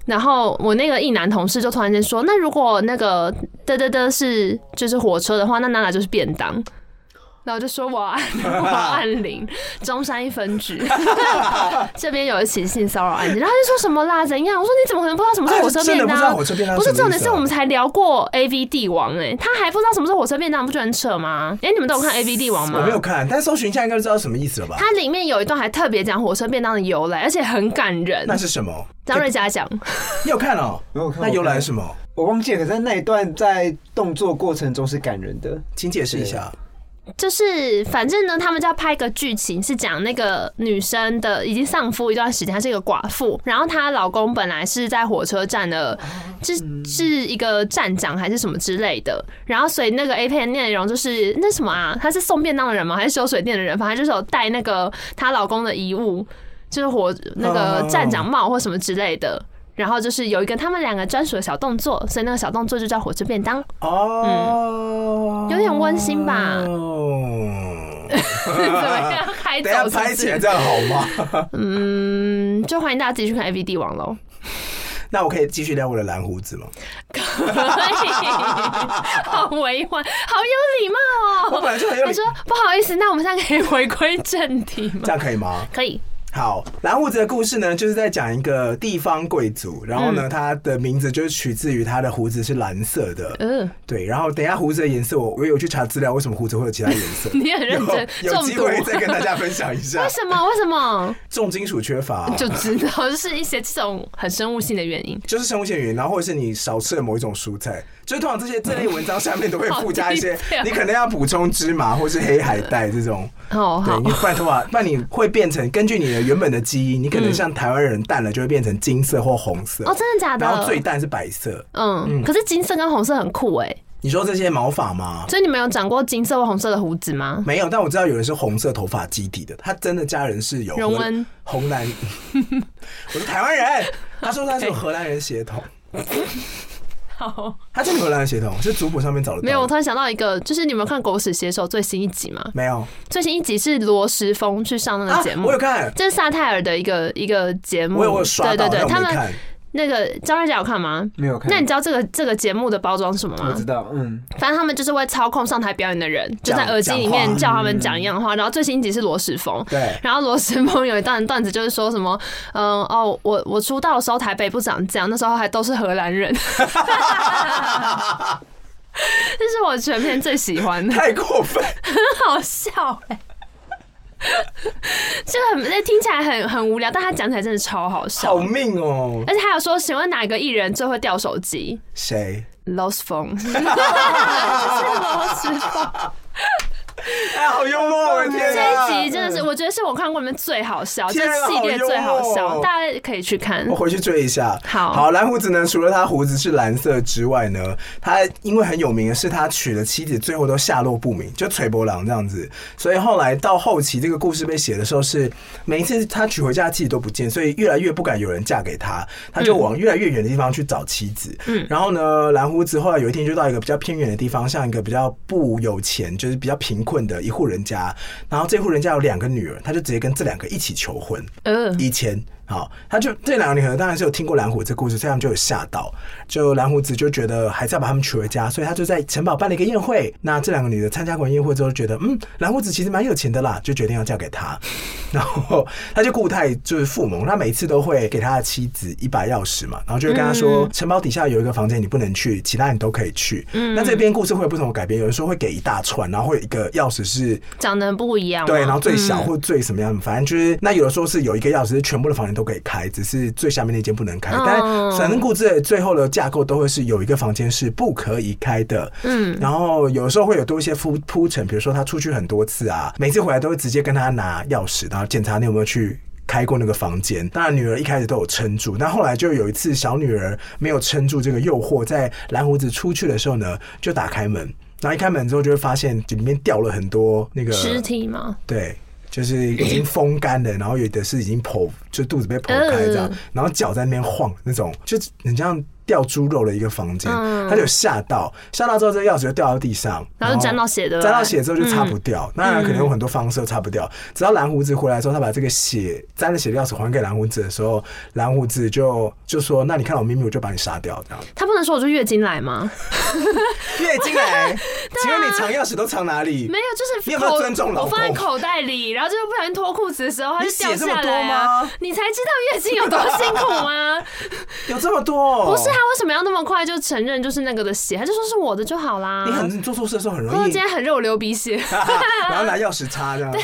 S3: 然后我那个一男同事就突然间说：“那如果那个嘚嘚嘚是就是火车的话，那娜娜就是便当。”然后我就说我 按我按铃，中山一分局这边有一起性骚扰案件，然后他就说什么啦怎样？我说你怎么可能不知道什么是火车
S2: 哎真的
S3: 便
S2: 不知道
S3: 当？
S2: 火车便当
S3: 不
S2: 什么
S3: 是
S2: 意思啊
S3: 重点是我们才聊过 A V 帝王哎、他还不知道什么是火车便当，不就很扯吗？哎、你们都有看 A V 帝王吗？
S2: 我没有看，但搜寻一下应该就知道什么意思了吧？
S3: 它里面有一段还特别讲火车便当的由来，而且很感人
S2: 那。是什么？
S3: 张瑞佳讲，
S2: 你有看哦？
S4: 没有看
S2: 那由来是
S4: 我看
S2: 什么？
S4: 我忘记了，可是那一段在动作过程中是感人的。
S2: 请解释一下。
S3: 就是反正呢，他们就要拍一个剧情，是讲那个女生的已经丧夫一段时间，她是一个寡妇，然后她老公本来是在火车站的，
S2: 哦
S3: 是是一个站长还是什么之类的，然后所以那个 A 片的内容就是那什么啊，她是送便当的人吗？还是修水电的人？反正就是有带那个她老公的遗物，就是火那
S2: 哦
S3: 个站长帽或什么之类的。然后就是有一个他们两个专属的小动作，所以那个小动作就叫火车便当。
S2: 哦，
S3: 有点温馨吧
S2: 哦，
S3: 怎 么样？开
S2: 等一下
S3: 走是不
S2: 拍
S3: 哎是
S2: 起来这样好吗？
S3: 嗯，就欢迎大家自己去看 A V 帝王 喽。
S2: 那我可以继续聊我的蓝胡子吗？
S3: 可以，好委婉，好有礼貌
S2: 我
S3: 哦。
S2: 本来就很有
S3: 他说不好意思，那我们现在可以回归正题吗
S2: 这？样可以吗？
S3: 可以，
S2: 好，蓝胡子的故事呢，就是在讲一个地方贵族，然后呢，
S3: 嗯
S2: 他的名字就是取自于他的胡子是蓝色的，
S3: 嗯、？
S2: 对。然后等一下胡子的颜色，我我有去查资料，为什么胡子会有其他颜色
S3: 你很 认真
S2: 有有
S3: 中
S2: 机
S3: 毒。
S2: 会再
S3: 为
S2: 跟大家分享一下
S3: 什 么？为什么？
S2: 重金属缺乏、啊
S3: 就知道，就是一些这种很生物性的原因。
S2: 就是生物线原因，然后或者是你少吃了某一种蔬 菜，就是通常这些这类文章下面都会
S3: 好
S2: 附加一些
S3: 低调，
S2: 你可能要补充芝麻或是黑海带这种。
S3: 哦，
S2: 对，
S3: 好
S2: 因，为不然的话，不然你会变成根据你的原本的基因，你可能像台湾人淡了就会变成金色或红色，
S3: 嗯哦，真的假的？
S2: 然后最淡是白色。
S3: 嗯，可是金色跟红色很酷哎、
S2: 你说这些毛发吗？
S3: 所以你们有长过金色或红色的胡子吗？
S2: 没有，但我知道有人是红色头发基底的，他真的家人是有
S3: 荣
S2: 荷
S3: 恩
S2: 红蓝， 我是台湾人，他说他是有荷兰人血统，
S3: 好，
S2: 他真的有荷兰人血统，是族谱上面找的。
S3: 没有。我突然想到一个，就是你们有看《狗屎写手》最新一集吗？
S2: 没有
S3: 最新一集是罗时峰去上那
S2: 啊
S3: 个节，目，
S2: 我有看，
S3: 这是萨泰尔的一个一个节目，
S2: 我有我有刷
S3: 对对
S2: 到，
S3: 对，
S2: 但
S3: 他
S2: 我没
S3: 们
S2: 看。
S3: 那个张瑞佳有看吗？
S4: 没有看
S3: 那你知道这个这个节目的包装是什么
S4: 我
S3: 吗
S4: 知？道，嗯，
S3: 反正他们就是会操控上台表演的人，就
S2: 讲
S3: 在耳机里
S2: 讲
S3: 面
S2: 话
S3: 叫他们讲一样的话。然后最新一集是罗时峰，
S2: 对
S3: 然后罗时峰有一段段子就是说什么，嗯哦，我我出道的时候台北不长这样，那时候还都是荷 兰人， 这是我全片最喜欢的。
S2: 太过 分，
S3: 好笑哎、 这个很这听起来很很无聊，但他讲起来真的超好笑
S2: 好。命哦！
S3: 而且还有说，请问哪个艺人最会掉手机
S2: 谁？
S3: ？Los Phone，是 Los Phone。
S2: 哎，好幽默哦！我的天啊！
S3: 这一集真的是，我觉得是我看过里面最好笑，这
S2: 天啊
S3: 系列最好
S2: 好幽
S3: 笑，
S2: 默
S3: 大家可以去看
S2: 我。回去追一下。
S3: 好
S2: 好，蓝胡子呢？除了他胡子是蓝色之外呢，他因为很有名的是他娶了妻子，最后都下落不明，就垂波郎这样子。所以后来到后期这个故事被写的时候是，每一次他娶回家的妻子都不见，所以越来越不敢有人嫁给他，他就往越来越远的地方去找妻子。嗯，然后呢，蓝胡子后来有一天就到一个比较偏远的地方，像一个比较不有钱，就是比较贫困的一户人家，然后这户人家有两个女儿，他就直接跟这两个一起求婚。
S3: 呃，
S2: 以前。好，他就这两个女孩当然是有听过蓝胡子的故事，所以他们就有吓到。就蓝胡子就觉得还是要把他们娶回家，所以他就在城堡办了一个宴会。那这两个女的参加完宴会之后，觉得嗯，蓝胡子其实蛮有钱的啦，就决定要嫁给他。 然后他就固态就是附盟，他每一次都会给他的妻子一把钥匙嘛，然后就会跟他说，城堡底下有一个房间你不能去，其他你都可以去。那这边故事会有不同的改编，有人说会给一大串，然后会有一个钥匙是
S3: 长得不一样嘛，啊嗯
S2: 对，然后最小或最什么样，反正就是那有的说是有一个钥匙是全部的房间都可以开，只是最下面那间不能开。
S3: 嗯
S2: 但反正故事的最后的架构都会是有一个房间是不可以开的。
S3: 嗯，
S2: 然后有时候会有多一些铺铺陈，比如说他出去很多次啊，每次回来都会直接跟他拿钥匙，然后检查你有没有去。开过那个房间，当然女儿一开始都有撑住，但后来就有一次小女儿没有撑住这个诱惑，在蓝胡子出去的时候呢，就打开门，然后一开门之后就会发现里面掉了很多那个
S3: 尸体嘛，
S2: 对，就是已经风干了，然后有的是已经剖，就肚子被剖开这样，
S3: 嗯
S2: 然后脚在那边晃那种，就是很像掉猪肉的一个房间，
S3: 嗯
S2: 他就吓到，吓到之后这个钥匙就掉到地上，
S3: 然后就沾到血对不对嗯
S2: 沾到血之后就擦不掉，当然可能有很多方式都擦不掉，直到蓝胡子回来之后，他把这个血沾了血的钥匙还给蓝胡子的时候，蓝胡子就就说：“那你看到我秘密，我就把你杀掉。” 这样，
S3: 他不能说我是月经来吗？
S2: 月经来，请问你藏钥匙都藏哪里？
S3: 啊 没有，就是
S2: 你有没有
S3: 口
S2: 尊重老
S3: 我放在
S2: 公
S3: 口袋里，然后就是不小心脱裤子的时候，它
S2: 你
S3: 就
S2: 血
S3: 掉
S2: 这么
S3: 下
S2: 多
S3: 来啊
S2: 吗！哦
S3: 你才知道月经有多辛苦 吗？
S2: 有这么多、
S3: 不是啊他为什么要那么快就承认就是那个的血，他就说是我的就好啦。
S2: 你很做错事的时候很容
S3: 或者
S2: 易
S3: 今天很热，我流 鼻血
S2: 然后拿钥匙插这样，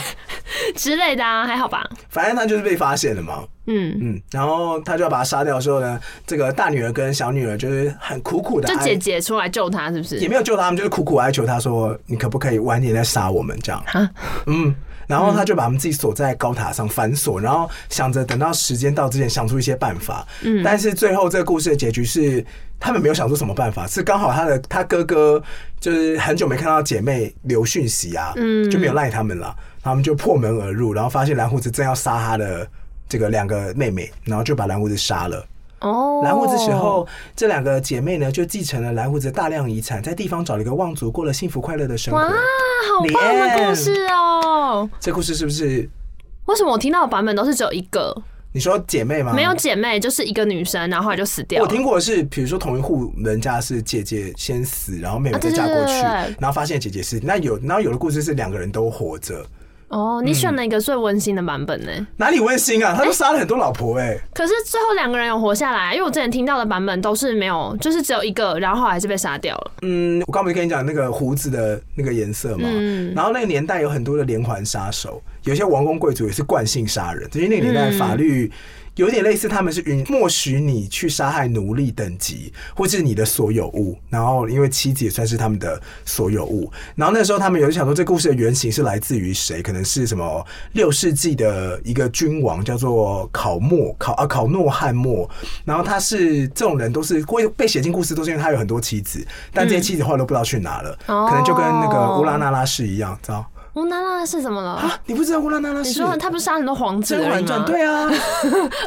S3: 之类的啊，还好吧？
S2: 反正他就是被发现了嘛。
S3: 嗯，
S2: 嗯，然后他就要把他杀掉之后呢，这个大女儿跟小女儿就是很苦苦的
S3: 就姐姐出来救他是不是
S2: 哎也？没有救他们，就是苦苦哀求他说：“你可不可以晚点再杀我们？”这样
S3: 啊，
S2: 嗯，然后他就把他们自己锁在高塔上反锁，然后想着等到时间到之前想出一些办法。嗯，但是最后这个故事的结局是，他们没有想出什么办法，是刚好他
S3: 嗯
S2: 的他哥哥就是很久没看到姐妹留讯息啊，
S3: 嗯
S2: 就没有赖他们了，他们就破门而入，然后发现蓝胡子正要杀他的这个两个妹妹，然后就把蓝胡子杀了。
S3: 哦，
S2: 蓝胡子时候，这两个姐妹呢就继承了蓝胡子大量遗产，在地方找了一个望族，过了幸福快乐的生活
S3: 哇。，好
S2: 哎
S3: 棒的故事哦！
S2: 这故事是不是
S3: 为什么我听到的版本都是只有一个，
S2: 你说姐妹吗？
S3: 没有姐妹，就是一个女生，然后后来就死掉
S2: 啊我
S3: 了。
S2: 听过的是，比如说同一户人家是姐姐先死，然后妹妹
S3: 啊对
S2: 再嫁过去，
S3: 对对对对
S2: 然后发现姐姐是那有，然后有的故事是两个人都活着，
S3: 哦，你选了一个最温馨的版本呢、
S2: 哪里温馨啊？他都杀了很多老婆哎、
S3: 可是最后两个人有活下来，因为我之前听到的版本都是没有，就是只有一个，然后后来是被杀掉了。
S2: 嗯，我刚不是跟你讲那个胡子的那个颜色嘛，然后那个年代有很多的连环杀手，有些王公贵族也是惯性杀人，因为那个年代的法律。有点类似，他们是允默许你去杀害奴隶等级，或是你的所有物。然后，因为妻子也算是他们的所有物。然后那时候他们有想说，这故事的原型是来自于谁？可能是什么六世纪的一个君王，叫做考莫考啊考诺汉莫。然后他是这种人，都是会被写进故事，都是因为他有很多妻子，但这些妻子后来都不知道去哪了，
S3: 哦
S2: 可能就跟那个乌拉那拉氏一样，知道？
S3: 乌娜娜是怎么了？
S2: 啊，你不知道乌拉那拉
S3: 你
S2: 氏？
S3: 说他不是杀很多皇子
S2: 甄
S3: 而
S2: 嬛
S3: 已
S2: 传
S3: 吗？
S2: 对 啊，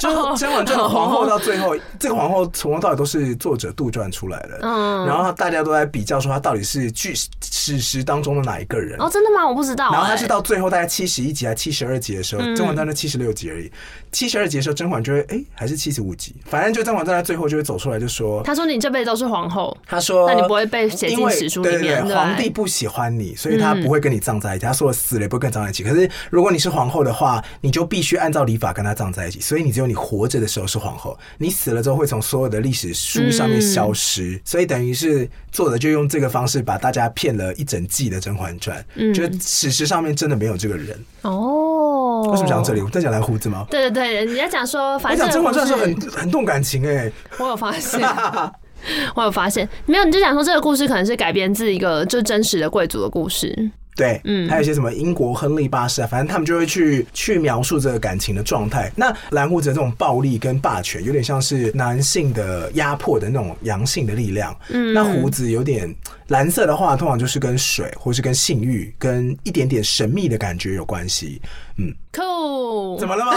S2: 就是
S3: 哦
S2: 《甄嬛传》的皇后到最后，这个皇后从头到尾都是作者杜撰出来的。
S3: 嗯
S2: 然后大家都在比较说她到底是剧史实当中的哪一个人。
S3: 哦，真的吗？我不知道、
S2: 然后他
S3: 哎嗯
S2: 是到最后大概七十一集还七十二集的时候，甄嬛传》的七十六集而已。七十二集的时候，甄嬛就会哎、还是七十五集，反正就甄嬛传》在最后就会走出来就说，
S3: 他说你这辈子都是皇后，
S2: 他说，
S3: 那你不会被写进史书里面
S2: 因为对对
S3: 对
S2: 对，皇帝不喜欢你，所以他不会跟你葬在一起。他说死了也不会跟你葬
S3: 嗯
S2: 在一起。可是如果你是皇后的话，你就必须按照礼法跟他葬在一起。所以你只有你活着的时候是皇后，你死了之后会从所有的历史书上面消失。所以等于是作者就用这个方式把大家骗了一整季的《甄嬛传》
S3: 嗯
S2: 就是史实上面真的没有这个人。
S3: 哦，
S2: 为什么讲到这里？我在讲蓝胡子吗？
S3: 对对对，你在讲说，
S2: 我
S3: 反正
S2: 讲《甄嬛传》的时候
S3: 这个
S2: 很很动感情哎、
S3: 故 事我有发现。 我有发现，没有你就讲说这个故事可能是改编自一个就真实的贵族的故事，
S2: 对，
S3: 嗯
S2: 嗯，还有一些什么英国亨利八世啊，反正他们就会去去描述这个感情的状态。那蓝胡子的这种暴力跟霸权，有点像是男性的压迫的那种阳性的力量。嗯，那胡子有点蓝色的话，通常就是跟水或是跟性欲、跟一点点神秘的感觉有关系。嗯，
S3: 酷。
S2: 怎么了吗？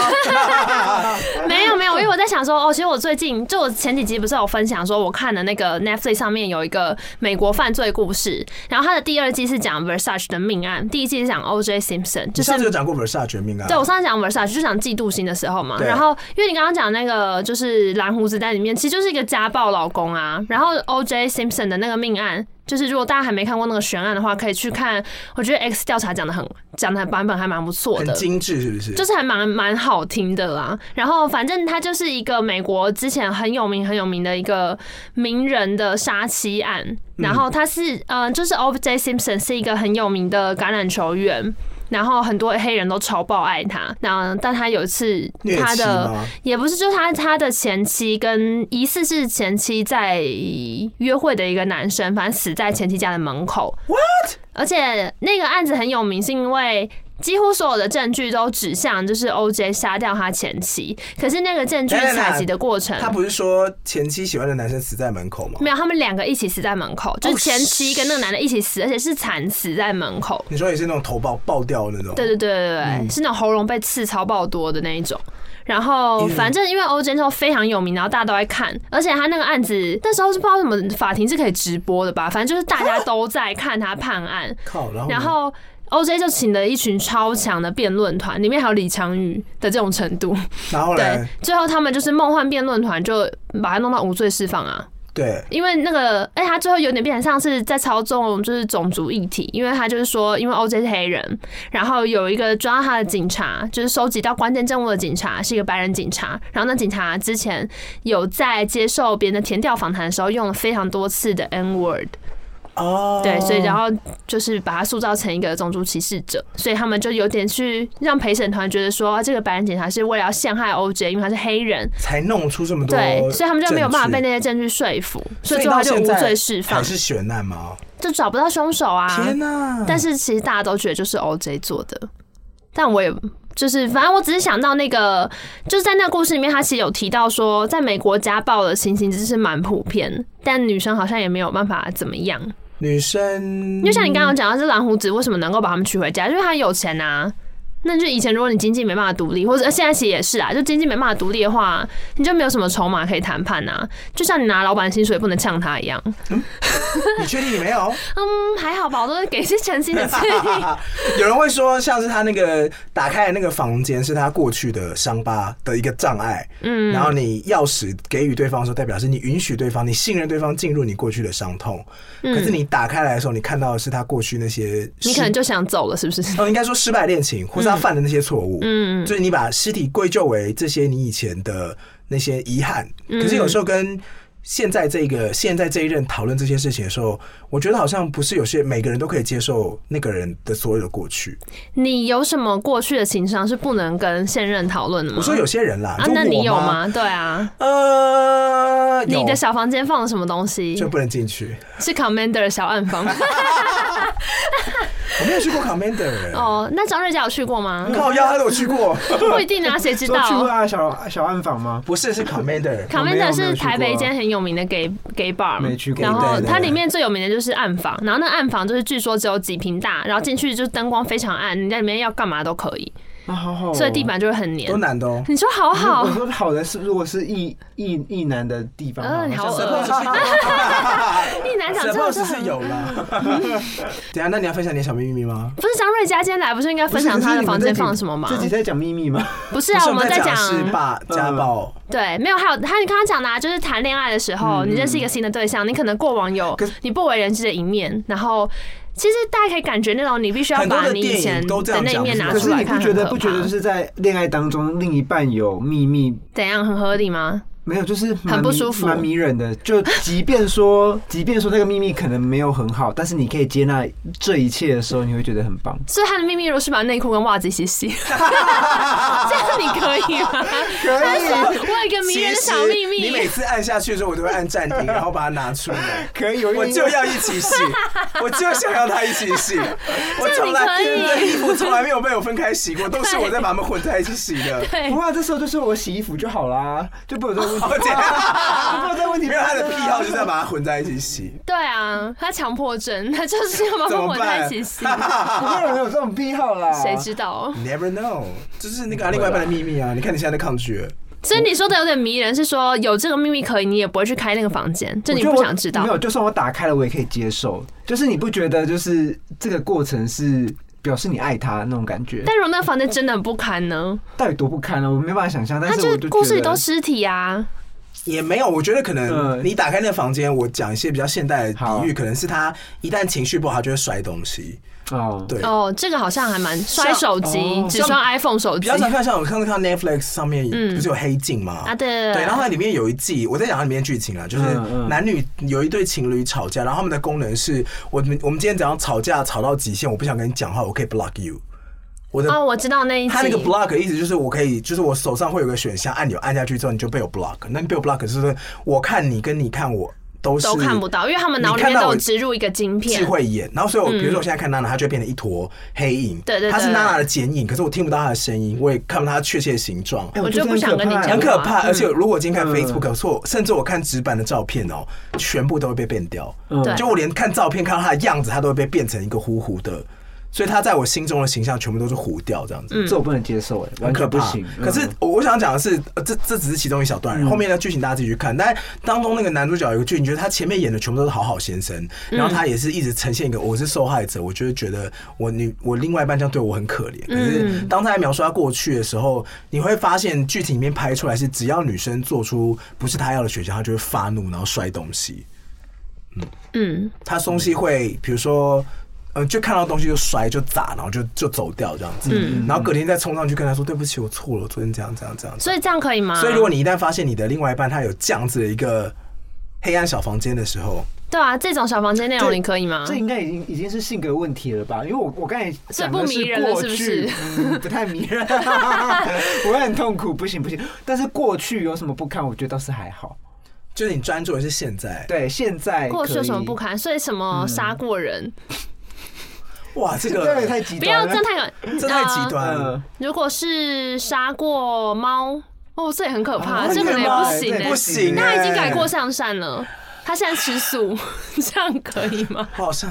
S3: 没有没没有，因为我在想说，哦，其实我最近就我前几集不是有分享说，我看的那个 Netflix 上面有一个美国犯罪故事，然后它的第二季是讲 Versace 的命案，第一季是讲 O.J. Simpson，
S2: 你
S3: 就是
S2: 上次有讲过 Versace 绝命案，啊
S3: 对，我上次讲 Versace 就讲嫉妒心的时候嘛，
S2: 对
S3: 然后因为你刚刚讲那个就是蓝胡子在里面，其实就是一个家暴老公啊，然后 O.J. Simpson 的那个命案。就是如果大家还没看过那个悬案的话，可以去看。我觉得 X 调查讲的很讲的版本还蛮不错的，
S2: 很精致，是不是？
S3: 就是还蛮蛮好听的啦。然后反正他就是一个美国之前很有名很有名的一个名人的杀妻案，然后他是嗯、呃就是 O.J. Simpson 是一个很有名的橄榄球员。然后很多黑人都超爆爱他，那但他有一次
S2: 虐
S3: 他
S2: 妻
S3: 的
S2: 吗？
S3: 也不是，就是他他的前妻跟疑似是前妻在约会的一个男生，反正死在前妻家的门口。What？而且那个案子很有名，是因为。几乎所有的证据都指向就是 O.J. 杀掉他前妻，可是那个证据
S2: 等等等
S3: 采集的过程，
S2: 他不是说前妻喜欢的男生死在门口吗？
S3: 没有，他们两个一起死在门口，
S2: 哦
S3: 就是前妻跟那个男的一起死，而且是惨死在门口。
S2: 你说也是那种头爆爆掉的那种？
S3: 对对对对对，是那种喉咙被刺超爆多的那一种。然后反正因为 OJ 那时候非常有名，然后大家都在看，而且他那个案子那时候是不知道什么法庭是可以直播的吧，反正就是大家都在看他判 案，
S2: 靠，然后呢
S3: 然后。OJ 就请了一群超强的辩论团，里面还有李强宇的这种程度。
S2: 然后
S3: 对
S2: 呢？，
S3: 最后他们就是梦幻辩论团就把他弄到无罪释放啊。
S2: 对，
S3: 因为那个，哎、他最后有点变成像是在操纵就是种族议题，因为他就是说，因为 OJ 是黑人，然后有一个抓他的警察，就是收集到关键证物的警察是一个白人警察，然后那警察之前有在接受别人的填调访谈的时候用了非常多次的 N word，
S2: 哦，
S3: 对，所以然后就是把他塑造成一个种族歧视者，所以他们就有点去让陪审团觉得说，啊这个白人警察是为了要陷害 OJ，因为他是黑人，
S2: 才弄出这么多证据，
S3: 对，所以他们就没有办法被那些证据说服，所以最
S2: 到
S3: 后他就
S2: 现
S3: 无
S2: 在
S3: 罪释放
S2: 还。是悬案吗？
S3: 就找不到凶手啊。
S2: 天哪！
S3: 但是其实大家都觉得就是 OJ 做的，但我也就是反正我只是想到那个，就是在那个故事里面，他其实有提到说，在美国家暴的情形真是蛮普遍，但女生好像也没有办法怎么样。
S2: 女生
S3: 因为像你刚刚讲到，这蓝胡子为什么能够把他们娶回家，因为他有钱啊。那就以前，如果你经济没办法独立，或者呃现在其实也是啊，就经济没办法独立的话，你就没有什么筹码可以谈判啊。就像你拿老板薪水不能呛他一样，
S2: 你确定你没有？
S3: 嗯，还好吧，我都是给一些诚心的建议。
S2: 有人会说，像是他那个打开的那个房间是他过去的伤疤的一个障碍，嗯，然后你钥匙给予对方的时候，代表是你允许对方，你信任对方进入你过去的伤痛。可是你打开来的时候，你看到的是他过去那些失，
S3: 嗯你可能就想走了，是不 是？
S2: 哦，应该说失败恋情，或是他犯的那些错误，嗯，所以你把尸体归咎为这些你以前的那些遗憾，
S3: 嗯
S2: 可是有时候跟。现在这个现在这一任讨论这些事情的时候，我觉得好像不是有些每个人都可以接受那个人的所有的过去。
S3: 你有什么过去的情商是不能跟现任讨论的吗？
S2: 我说有些人啦，
S3: 啊
S2: 就，
S3: 那你
S2: 我
S3: 有
S2: 妈？
S3: 吗？对啊，
S2: 呃，有
S3: 你的小房间放了什么东西
S2: 就？不能进去。
S3: 是 Commander 的小暗 房。
S2: 我没有去过 Commander，
S3: 哦，那张瑞佳有去过 吗？
S2: 靠腰他都有去过，
S3: 不一定啊，谁知
S4: 说去过
S3: 道
S4: 啊小小暗房吗？
S2: 不是是 Commander。
S4: 我没有
S3: ？Commander
S4: 没
S3: 是
S4: 有去过啊
S3: 台北一间很有名的 gay gay bar，
S4: 没去过
S3: 然后
S2: 对对
S3: 它
S2: 对
S3: 里面最有名的就是暗房，然后那暗房就是据说只有几平大，然后进去就是灯光非常暗，你在里面要干嘛都可以，
S4: 啊，好好哦，
S3: 所以地板就会很黏
S2: 多。难的 哦，
S3: 你说好好
S4: 我，说好的是，如果是异异异男的地方，
S3: 呃你好恶一男讲
S2: 什
S3: 真
S2: 么
S3: 的是
S2: 是
S3: 很
S2: 有 啦。 等一下，那你要分享你的小秘密吗？
S3: 不是张瑞佳今天来，不是应该分享他的房间放了什么吗？
S4: 自己在讲秘密吗？
S3: 不是啊，
S2: 不
S3: 我们在
S2: 讲
S3: 讲
S2: 施霸
S4: 嗯
S2: 家暴，
S3: 对，没有，还有他你刚刚讲的、啊，就是谈恋爱的时候，你认识一个新的对象，你可能过往有
S2: 可是
S3: 你不为人知的一面，然后其实大家可以感觉那种你必须要
S2: 很多
S3: 把
S2: 的
S3: 你
S2: 电
S3: 以
S2: 影
S3: 前
S2: 都这样
S3: 的那一
S2: 讲
S3: 面
S2: 不是
S3: 拿
S2: 吗
S4: 可
S3: 出
S4: 是
S3: 来
S4: 你不
S3: 看，
S4: 觉得
S3: 很
S4: 不觉
S3: 可
S4: 得
S3: 怕
S4: 就是在恋爱当中另一半有秘密，
S3: 怎样很合理吗？
S4: 没有就是蛮
S3: 很不
S4: 迷
S3: 舒服
S4: 蛮迷人的。就即便说 即便说这个秘密可能没有很好，但是你可以接纳这一切的时候，你会觉得很棒。
S3: 所以他的秘密如果是把内裤跟袜子一起 洗，这样你可以吗？他说我有一个迷人的小
S2: 其
S3: 秘
S2: 实你每
S3: 密，
S2: 次按下去的时候，我都会按暂停，然后把它拿出 来。
S4: 可以，我
S2: 我就要一 起洗，我就想要他一起 洗。我从来
S3: 这样你可以
S2: 那衣服从来没有被我分开洗过，都是我在把它们混在一起洗的。
S3: 对
S4: 不，过、啊、这时候就是我洗衣服就好啦，就不会有这个问题，
S2: 哦，这样。
S4: 不会有这个问题。
S2: 没有他的癖好，就是要把它混在一起洗。
S3: 对啊，他强迫症，他就是要把
S2: 怎
S3: 我
S2: 么
S3: 混在一
S2: 办
S3: 起洗，
S4: 没有人有这种癖好啦。
S2: 哦
S3: 谁知道？
S2: Never know，就是那个啊另外一半的秘密啊！你看你现在在抗拒了，
S3: 所以你说的有点迷人，是说有这个秘密可以，你也不会去开那个房间，就
S4: 我
S3: 你
S4: 觉得
S3: 不
S4: 我
S3: 想知道
S4: 没。有，就算我打开了，我也可以接受。就是你不觉得，就是这个过程是表示你爱他那种感觉，
S3: 但如果那个房间真的很不堪呢？
S4: 到底多不堪呢？我没办法想象。但
S3: 它
S4: 是
S3: 就
S4: 我
S3: 是
S4: 就
S3: 故事里
S4: 觉得
S3: 都尸体啊，
S2: 也没有，我觉得可能
S4: 嗯
S2: 你打开那个房间，我讲一些比较现代的比
S4: 好
S2: 喻，可能是他一旦情绪不好，他就会摔东西。
S4: 哦，
S2: 对，
S3: 哦，这个好像还蛮摔手机
S4: 哦，
S3: 只摔 iPhone 手
S2: 比
S3: 机
S2: 较常看，像我上次看到 Netflix 上面
S3: 嗯
S2: 不是有黑镜吗？
S3: 啊，对
S2: 对，然后它里面有一季，我在讲它里面剧情啊，就是
S4: 嗯嗯
S2: 男女有一对情侣吵架，然后他们的功能是，我们我们今天早上吵架吵到极限，我不想跟你讲话，我可以 block you。我的、
S3: 哦，我知道那一集
S2: 他那个 block 的意思就是我可以，就是我手上会有个选项按钮，按下去之后你就被我 block。那你被我 block 就是我看你跟你看我都是
S3: 都看不到，因为他们脑里
S2: 你
S3: 面
S2: 看到
S3: 都
S2: 我
S3: 有植入一个晶
S2: 智
S3: 片。
S2: 慧眼，然后所以我比如说我现在看娜娜，她就会变成一坨黑影，
S3: 对对对
S2: 她是娜娜的剪影，可是我听不到她的声音，我也看不到她确切的形状。
S4: 哎
S3: 我
S4: 觉
S3: 就
S4: 得
S3: 不想跟 你
S4: 很可
S2: 很
S3: 讲话，
S4: 怕欸
S2: 可怕，而且如果今天看
S4: 嗯
S2: Facebook，或甚至我看纸板的照片哦，全部都会被变掉。
S4: 嗯
S3: 对
S2: 就我连看照片看到他的样子，他都会被变成一个糊糊的，所以他在我心中的形象全部都是糊掉这样
S3: 嗯
S2: 子。
S4: 这我不能接受，哎，
S2: 很
S4: 完
S2: 可
S4: 全不
S2: 怕
S4: 行。嗯
S2: 可是我我想讲的是，呃这这只是其中一小段，后面的剧情大家自己去看。但当中那个男主角有一个剧，你觉得他前面演的全部都是好好先生，然后
S4: 嗯
S2: 他也是一直呈现一个我是受害者，我就是觉得我女我另外一半这样对我很可怜。可是
S4: 嗯
S2: 当他在描述他过去的时候，你会发现剧情里面拍出来是，只要女生做出不是他要的选项，他就会发怒，然后摔东西。
S3: 嗯，
S2: 他东西会，比如说，呃，就看到东西就摔就砸，然后就就走掉这样子。
S3: 嗯
S2: 然后隔天再冲上去跟他说：“对不起，我错了，我昨天这样这样这样。”
S3: 所以这样可以吗？
S2: 所以如果你一旦发现你的另外一半他有这样子的一个黑暗小房间的时候，
S3: 对啊，这种小房间内容
S4: 这
S3: 你可以吗？
S4: 这应该已经已经是性格问题了吧？因为我我刚才讲
S3: 这
S4: 的
S3: 不迷人了
S4: 过
S3: 是不
S4: 去，
S3: 是
S4: 嗯不太 迷人， 我会很痛苦，不行不行。但是过去有什么不堪，我觉得倒是还好。
S2: 就是你专注的是现在。
S4: 对，现在
S3: 过去有什么不
S4: 堪？
S3: 堪？所以什么杀过人，
S2: 嗯哇，这
S4: 这也
S2: 个
S4: 太极
S3: 不要
S4: 端
S3: 这
S4: 了。
S3: 太有
S2: 这太极。端了
S4: 嗯。，
S3: 如果是杀过猫，哦，这也很可怕，
S4: 啊
S3: 这可能也不行
S4: 这也
S3: 欸
S2: 不行欸
S3: 那他已经改过向善了，他现在吃素， 这样可以吗？
S2: 我好像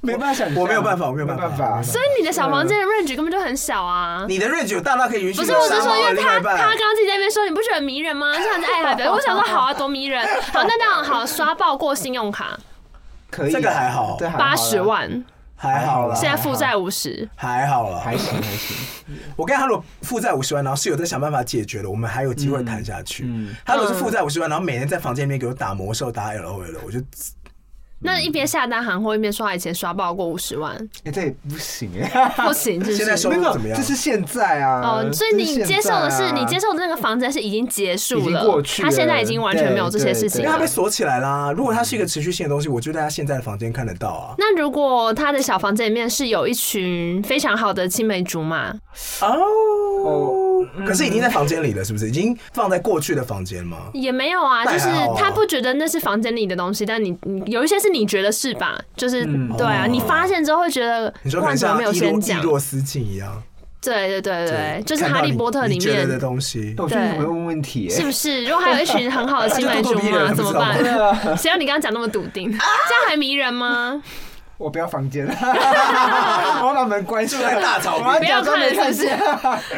S4: 没办法想象，
S2: 我没有办法我没有办法
S4: 办法。
S3: 所以你的小房间的 range 根本就很小啊。
S2: 啊你的 range 有大到可以允许
S3: 不
S2: 你
S3: 是，我是
S2: 杀
S3: 说，因
S2: 猫的
S3: 为
S2: 另
S3: 他
S2: 外一
S3: 他刚
S2: 半。
S3: 刚自己在那边说你不觉得很迷人吗？这样子爱他表，我 想说好啊，多迷人。好，那当然好，刷爆过信用卡
S4: 可以，啊
S2: 这个还好
S4: 这还好啦
S3: 八十，万，
S2: 还好啦，
S3: 现在负债五十，
S2: 还好啦
S4: 还。行还行。
S2: 我跟他如果负债五十万，然后是有在想办法解决的，我们还有机会谈下
S4: 嗯
S2: 去。他如果是负债五十万，然后每天在房间里面给我打魔兽、打 L O L，我就
S3: 那一边下单行货一边说他以前刷爆过五十万，
S4: 哎，这也不行哎，
S3: 不行，是
S2: 现
S3: 不
S2: 在
S3: 是
S2: 收？
S4: 没
S2: 入
S4: 有
S2: 怎么，样
S4: 这？是现在
S2: 呃
S4: 啊。
S3: 哦，所以
S4: 这
S3: 你
S4: 现在
S3: 接受的是
S4: 啊
S3: 你接受的那个房子是已经结束
S4: 已经
S3: 了，
S4: 过去
S3: 他现在
S4: 了
S3: 已经完全没有这些
S4: 对
S3: 事
S4: 对
S3: 情
S2: 因为他
S3: 了
S2: 被。锁起来啦。如果它是一个持续性的东西，我就在他现在的房间看得到啊。
S3: 那如果他的小房间里面是有一群非常好的青梅竹马，
S2: 哦，可是已经在房间里了，是不是？已经放在过去的房间吗？
S3: 也没有啊，
S2: 那
S3: 就
S2: 还
S3: 是
S2: 好啊
S3: 他不觉得那是房间里的东西，但你你有一些是你觉得是吧？就是、对啊，
S2: 哦
S3: 你发现之后会觉得，
S2: 你说可
S3: 哇，
S2: 能
S3: 怎么
S2: 像
S3: 没有
S2: 伊
S3: 先
S2: 洛伊
S3: 讲？
S2: 洛斯镜一样，
S3: 对对对对，就是《
S2: 看到
S3: 哈利
S2: 你
S3: 波特》里
S2: 你觉得
S3: 面
S2: 的东西。
S4: 但我觉得你会问问题，
S3: 是
S4: 哎
S3: 不是？如果还有一群很好的青梅 竹
S2: 他就咄咄逼人
S3: 马
S2: 不
S3: 怎
S2: 知道
S3: 么办？
S4: 对 啊
S3: 谁让你刚刚讲那么笃定？这 样还迷人吗？
S4: 我不要 房间，我要把门关起来，
S2: 大草原
S4: 我
S3: 不要
S4: 假装
S3: 看
S4: 没
S3: 了，
S4: 看
S3: 是
S4: 见。
S3: 不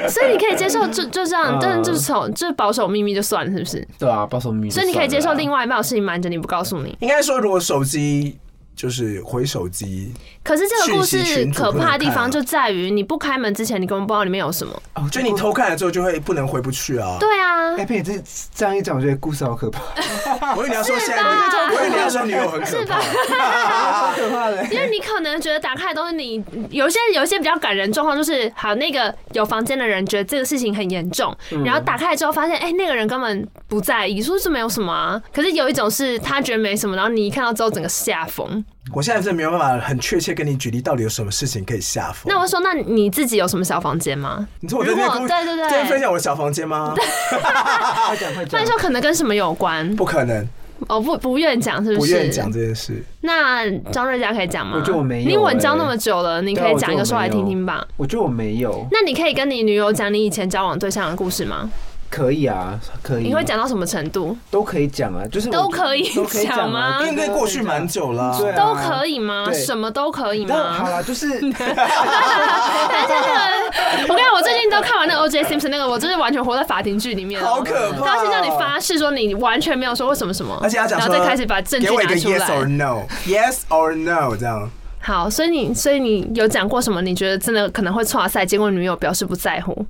S3: 是？所以你可以接受就就这样，
S4: 嗯
S3: 但是就是从就是保守秘密就算了，是不是？
S4: 对啊，保守秘密。
S3: 所以你可以接受另
S4: 外，
S3: 外一半有事情瞒着你不告诉你。
S2: 应该说，如果手机就是回手机，
S3: 可是这个故
S2: 讯息
S3: 事
S2: 群组
S3: 可怕的
S2: 不
S3: 地
S2: 能看
S3: 方
S2: 啊
S3: 就在于你不开门之前，你根本不知道里面有什么。
S2: 就哦你偷看了之后就会不能回不去啊。
S3: 对啊，
S4: 哦哎，佩姐这这样一讲，我觉得故事好 可怕，
S2: 我以为你要说现在，
S3: 是吧
S2: 我以为你要说女友很 可
S3: 是吧
S2: 怕。？
S4: 好可怕
S2: 啊
S4: 的。
S3: 因为你可能觉得打开的东西，你有一些有一些比较感人状况，就是好那个有房间的人觉得这个事情很严重，然后打开之后发现，哎、那个人根本不在意，说是没有什么啊。可是有一种是他觉得没什么，然后你一看到之后整个吓疯。
S2: 我现在真的没有办法很确切跟你举例，到底有什么事情可以下风。
S3: 那我说，那你自己有什么小房间吗？
S2: 你说我这边
S3: 如果对对对
S2: 这边分享我的小房间吗？
S4: 快讲快
S3: 不
S4: 讲
S3: 然，说可能跟什么有关？
S2: 啊不可能，
S3: 哦，不不愿讲是不是？
S2: 不愿意讲这件事。
S3: 那张瑞佳可以讲吗？
S4: 我觉得我没有
S3: 你稳交
S4: 欸
S3: 那么久了，你可
S4: 对啊
S3: 以
S4: 我觉
S3: 讲一
S4: 得
S3: 个
S4: 我
S3: 出来
S2: 啊
S4: 没
S3: 听
S4: 有
S3: 听吧。
S4: 我觉得我没有。
S3: 那你可以跟你女友讲你以前交往对象的故事吗？
S4: 可以啊，可
S2: 嗯
S4: 以。
S3: 你会讲到什么程度？
S4: 都可以讲啊，就是我
S3: 都可以
S4: 都可以
S3: 讲
S4: 讲
S3: 吗
S4: 啊，
S2: 因为过去蛮久了、
S4: 对啊
S3: 都可以吗？
S4: 对
S3: 什么都可以
S4: 但好
S3: 吗？
S4: 啦，就是
S3: 我跟你讲，我最近都看完那个 O.J. Simpson 那个，我真是完全活在法庭剧里面。
S2: 好可怕哦
S3: 他先让你发誓说你完全没有说过什么什么，
S2: 而且要讲
S3: 然
S2: 说，
S3: 后再开始把证据
S2: 给我一
S3: 拿
S2: 个
S3: 出
S2: yes or
S3: 来。啊
S2: no，yes or no 这样。
S3: 好，所以你所以你有讲过什么？你觉得真的可能会错赛，结果女友表示不在乎。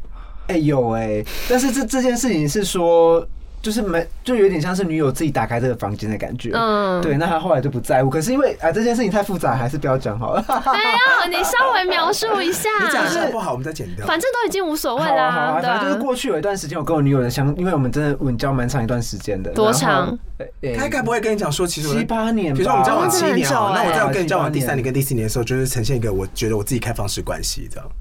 S4: 哎、有哎、但是这这件事情是说，就是没就有点像是女友自己打开这个房间的感觉。
S3: 嗯
S4: 对，那她后来就不在乎。可是因为啊，这件事情太复杂，还是不要讲好了。
S3: 没有， 你稍微描述一下。
S2: 你讲一下不好，我们再剪掉。
S3: 反正都已经无所谓
S4: 好啊，好
S3: 啦，
S4: 啊，
S3: 对
S4: 反正就是
S3: 啊。
S4: 过去有一段时间，我跟我女友的相，因为我们真的稳交蛮长一段时间的。
S3: 多
S4: 然后
S3: 长？
S4: 呃
S2: 他
S4: 呃
S2: 该不会跟你讲说，其实我
S4: 七八年吧，
S2: 比如说我们交往七年好了，
S3: 哦
S2: 那我在我跟你交往第
S4: 七八
S2: 三
S4: 年
S2: 年跟第四年的时候，就是呈现一个我觉得我自己开放式关系这样。
S3: 嗯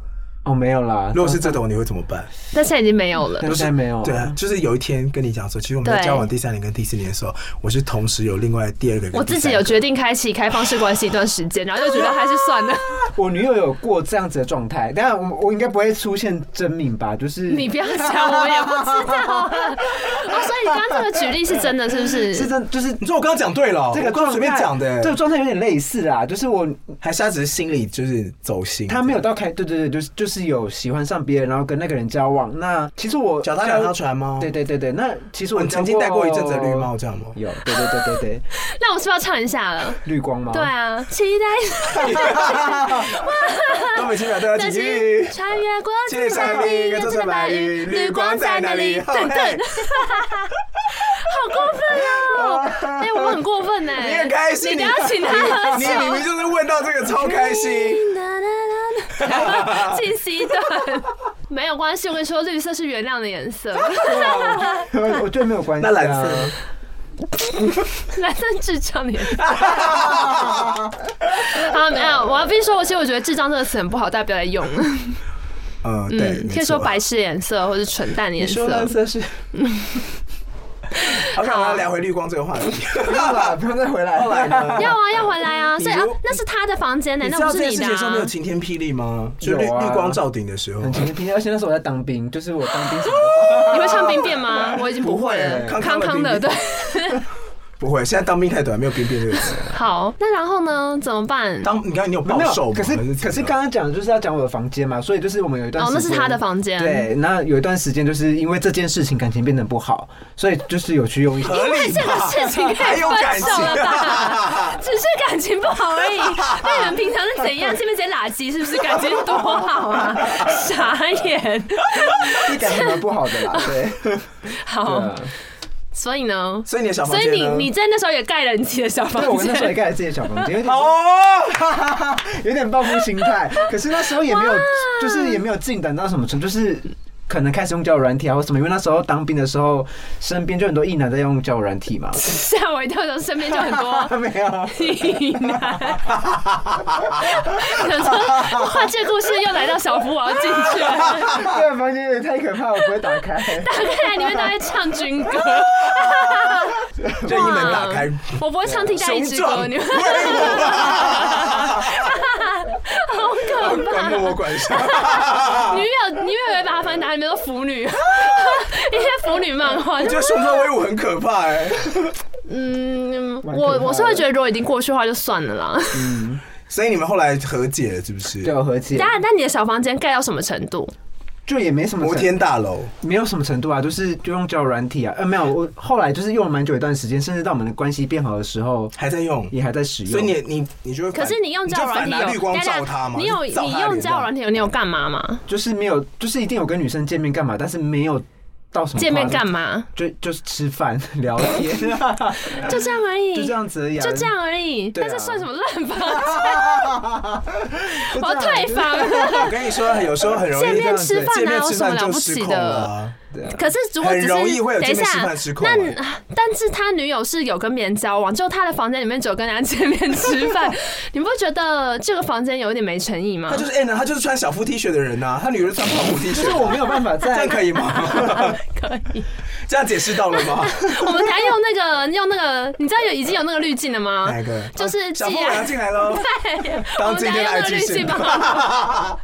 S4: 哦，没有啦。
S2: 如果是这种，你会怎么办？
S3: 但现在已经没有了。
S4: 但现在没有，
S2: 对啊，，就是有一天跟你讲说，其实我们在
S3: 对
S2: 交往第三年跟第四年的时候，我是同时有另外第二个跟
S3: 我
S2: 第
S3: 自
S2: 三
S3: 己
S2: 个
S3: 有决定开启开放式关系一段时间，然后就觉得还是算了。
S4: 我女友有过这样子的状态，但我我应该不会出现真名吧？就是
S3: 你不要讲，我也不知道。 哦，所以你刚刚这个举例是真的，是不是？
S4: 是真，就是
S2: 你说我刚刚讲对了，
S4: 这个
S2: 哦我刚
S4: 状
S2: 刚随便
S4: 态
S2: 讲的、
S4: 这个状态有点类似啦，就是我
S2: 还是他只是心里就是走心，
S4: 他没有到开，对对对，就是就是有喜欢上别人，然后跟那个人交往。那其实我
S2: 脚踏两条船吗？
S4: 对对对对，那其实
S2: 哦，
S4: 我
S2: 你曾经戴过一阵子的绿帽，这样吗？
S4: 有，对对对对对，
S3: 那我是不是要唱一下了？
S4: 绿光吗？
S3: 对啊，期待
S2: 东北青鸟都要
S3: 那
S2: 几
S3: 些
S2: 句。
S3: 穿越过
S2: 今天上面一个座山白云，绿光在哪里？
S3: 等等，好过分 哦！哎，我们很过分呢。
S2: 你很开心，
S3: 你不要请他喝
S2: 你你明明
S3: 酒。
S2: 就是问到这个超开 心。
S3: 进 C 段没有关系，我跟你说，绿色是原谅的 颜色，
S4: 我我觉得没有关系、啊。
S2: 那蓝色呢
S3: 蓝色是智障的颜色。好，没有，我要必须说，我其实我觉得“智障”这个词很不好，大家不要来用。
S2: 嗯，对，
S3: 嗯，
S2: 没
S3: 可以
S2: 错
S3: 说白痴颜色或是蠢蛋颜
S2: 你说
S3: 色
S2: 蓝。 色是。好想把它聊回绿光这个 话题。
S4: 不要 啦，不要再回来。
S2: 后来呢？
S3: 要啊，要回来啊！
S2: 比
S3: 所
S2: 如
S3: 以啊，那是他的房间呢、
S2: 你知
S3: 那
S2: 道
S3: 不
S2: 这
S3: 是
S2: 件
S3: 你
S2: 事
S3: 的、
S2: 情的时候没有
S3: 啊。
S2: 晴天霹雳吗？就绿
S4: 有啊
S2: 绿光照顶的时候。
S4: 很晴天霹雳，而且那时候我在当兵，就是我当兵什么
S2: 哦
S3: 你会唱冰变 吗？我已经不会了。
S2: 不会
S3: 康
S2: 康
S3: 康
S2: 康
S3: 的，
S2: 的冰
S3: 对
S2: 变。不会，现在当兵太短，没有兵变这个词。
S3: 好，那然后呢？怎么办？
S2: 当你刚刚你有暴
S4: 没
S2: 瘦
S4: 有，
S2: 吗？
S4: 可是
S2: 还怎
S4: 可是
S2: 样
S4: 刚刚讲的就是要讲我的房间嘛，所以就是我们有一段
S3: 哦，那
S4: 时
S3: 是
S4: 间
S3: 他的房间。。
S4: 对，那有一段时间就是因为这件事情感情变得不好，所以就是有去 用一些
S2: 合理
S3: 这个
S2: 吧？
S3: 事情可以
S2: 还
S3: 分
S2: 有感
S3: 手了吧？
S2: 情
S3: 只是感情不好而已。那你们平常是怎样？这边直接垃圾，是不是感情多好啊？傻眼。
S4: 一感情蛮不好的啦，对，对
S3: 好哦
S4: 啊，，
S3: 所以呢？
S2: 所以你的小房
S3: 所以
S2: 间
S3: 你
S2: 呢
S3: 你在那时候也盖了你自己的小房
S4: 对我那时候也
S3: 间。
S4: 盖了自己的小房间，有点
S2: 哦，
S4: 有点报复心态，可是那时候也没有，就是也没有进展到什么程度，就是。可能开始用交友软体啊，或什么，因为那时候当兵的时候，身边就很多异男在用交友软体嘛。
S3: 吓我一跳，然后身边就很 多
S4: 没有，
S3: 屁男，想说换这故事又来到小福，我要进去 了。
S4: 这个房间有点太可怕，我不会打开。
S3: 看来你们都在唱军歌，
S2: 任意门打开，
S3: 我不会唱替代一
S2: 雄
S3: 支歌，
S2: 壮
S3: 你
S2: 威
S3: 们
S2: 武，
S3: 好可
S2: 管
S3: 怕。
S2: 我管 辖。
S3: 女友，女友也把它翻打，里面都腐女，一 些腐女漫画。
S2: 你觉得雄壮威武很可怕哎，
S3: 嗯，
S4: 蛮可怕
S3: 我
S4: 的
S3: 我是会觉得，如果已经过去的话，就算了啦。
S2: 所以你们后来和解了是不是？
S4: 对，我和解
S3: 当，然，那你的小房间盖到什么程度？
S4: 就也没什么
S2: 摩
S4: 程，
S2: 天大楼，
S4: 没有什么程度啊，就是就用交友软体啊。呃，没有，我后来就是用了蛮久一段时间，甚至到我们的关系变好的时候，
S2: 还在用，
S4: 也还在使用。
S2: 所以你你你就会
S3: 可
S2: 反，
S3: 是你用交友软
S2: 你就反拿
S3: 体
S2: 绿
S3: 有，
S2: 光
S3: 等
S2: 照
S3: 一下
S2: 他嘛？
S3: 你有
S2: 就照
S3: 你
S2: 他
S3: 用
S2: 脸这
S3: 交友
S2: 样
S3: 软体有，你有干嘛吗？
S4: 就是没有，就是一定有跟女生见面干嘛，但是没有到什么
S3: 见面干
S4: 嘛，
S3: 嘛？
S4: 就就是吃饭 聊天，
S3: 就这样而已。
S4: 就这样子而已、啊，
S3: 就这样而已。
S4: 对
S3: 但
S4: 啊
S3: 是算什么烂房间？
S4: 就这
S3: 我
S4: 样，
S3: 要退
S4: 就是
S3: 房。
S2: 我跟你说，有时候很容易
S3: 见面吃
S2: 见
S3: 饭啊，
S2: 面
S3: 有
S2: 吃
S3: 什么
S2: 饭
S3: 了
S2: 就
S3: 不
S2: 失
S3: 起
S2: 控了
S3: 的？
S2: 啊。
S4: 对啊
S3: 可是如果只是
S2: 很容易会有
S3: 等一
S2: 见面吃
S3: 下
S2: 饭失，控
S3: 那
S2: 啊
S3: 但是他女友是有跟别人交往，就他的房间里面只有跟人家见面吃 饭，你不觉得这个房间有点没诚意吗
S2: 他？就是 N 啊，他就是穿小腹 T 恤的人呐、他女儿穿胖腹 T
S4: 就是
S2: 恤，
S4: 我没有办法
S2: 这样
S4: 在，
S2: 可以吗？
S3: 可以。
S2: 这样解释到了吗？
S3: 我们才用那个用那个，你知道有已经有那个滤镜了吗？
S2: 哪一个？
S3: 啊
S2: 啊
S3: 就是
S2: 小
S3: 既
S2: 凤我要
S3: 然
S2: 进来喽。
S3: 我
S2: 哎当
S3: 们
S2: 今
S3: 才
S2: 天的
S3: 用那个
S2: IG
S3: 滤
S2: 信
S3: 镜吧。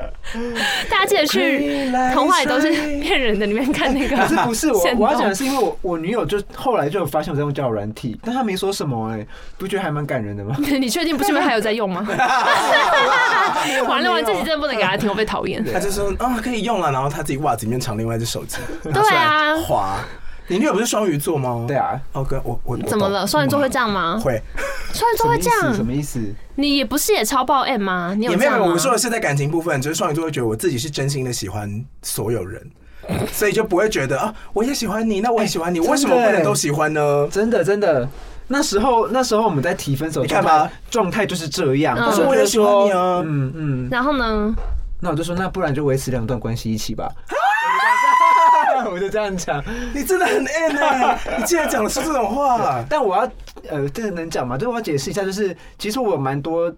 S3: 大家记得 去童话里都 是骗人的里面看那个。
S4: 可是不是我
S3: 限，动
S4: 我要讲的是，因为我我女友就后来就有发现我在用交友 软体，但她没说什么哎、不觉得还蛮感人的吗？
S3: 你确定不是因为还有在用 吗？完了完了，这集真的不能给他听，我被讨厌。
S2: 他就说啊，可以用了，然后他自己袜子里面藏另外一只手机，
S3: 对啊，
S2: 滑。你女友不是双鱼座吗？
S4: 对
S2: 啊。
S4: 啊，
S2: 哦，哥，我我我
S3: 怎么
S2: 懂
S3: 了？双鱼座会这样吗？
S2: 嗯会，
S3: 双鱼
S4: 什
S3: 座
S4: 么
S3: 会
S4: 意
S3: 这
S4: 思？什
S3: 样？
S4: 么意思？
S3: 你也不是也超爆 M 吗？你
S2: 也
S3: 这
S2: 没有
S3: 样
S2: 没
S3: 吗？
S2: 有，我说的是在感情部分，就是双鱼座会觉得我自己是真心的喜欢所有人，所以就不会觉得啊，我也喜欢你，那我也喜欢你，
S4: 哎
S2: 为什么
S4: 真的欸
S2: 不能都喜欢呢？
S4: 真的真的，那时候那时候我们在提分手，
S2: 你看吧，
S4: 状态就是这样。
S3: 嗯
S4: 但是我
S2: 我
S4: 就
S2: 也喜欢
S4: 说
S2: 你，啊
S4: 嗯嗯，
S3: 然后呢？
S4: 那我就说，那不然就维持两段关系一起 吧。我就这样讲，
S2: 你真的很 N 哎、 你竟然讲得出这种话，
S4: 但我要呃，这个能讲吗？就是我要解释一下，就是其实我蛮多，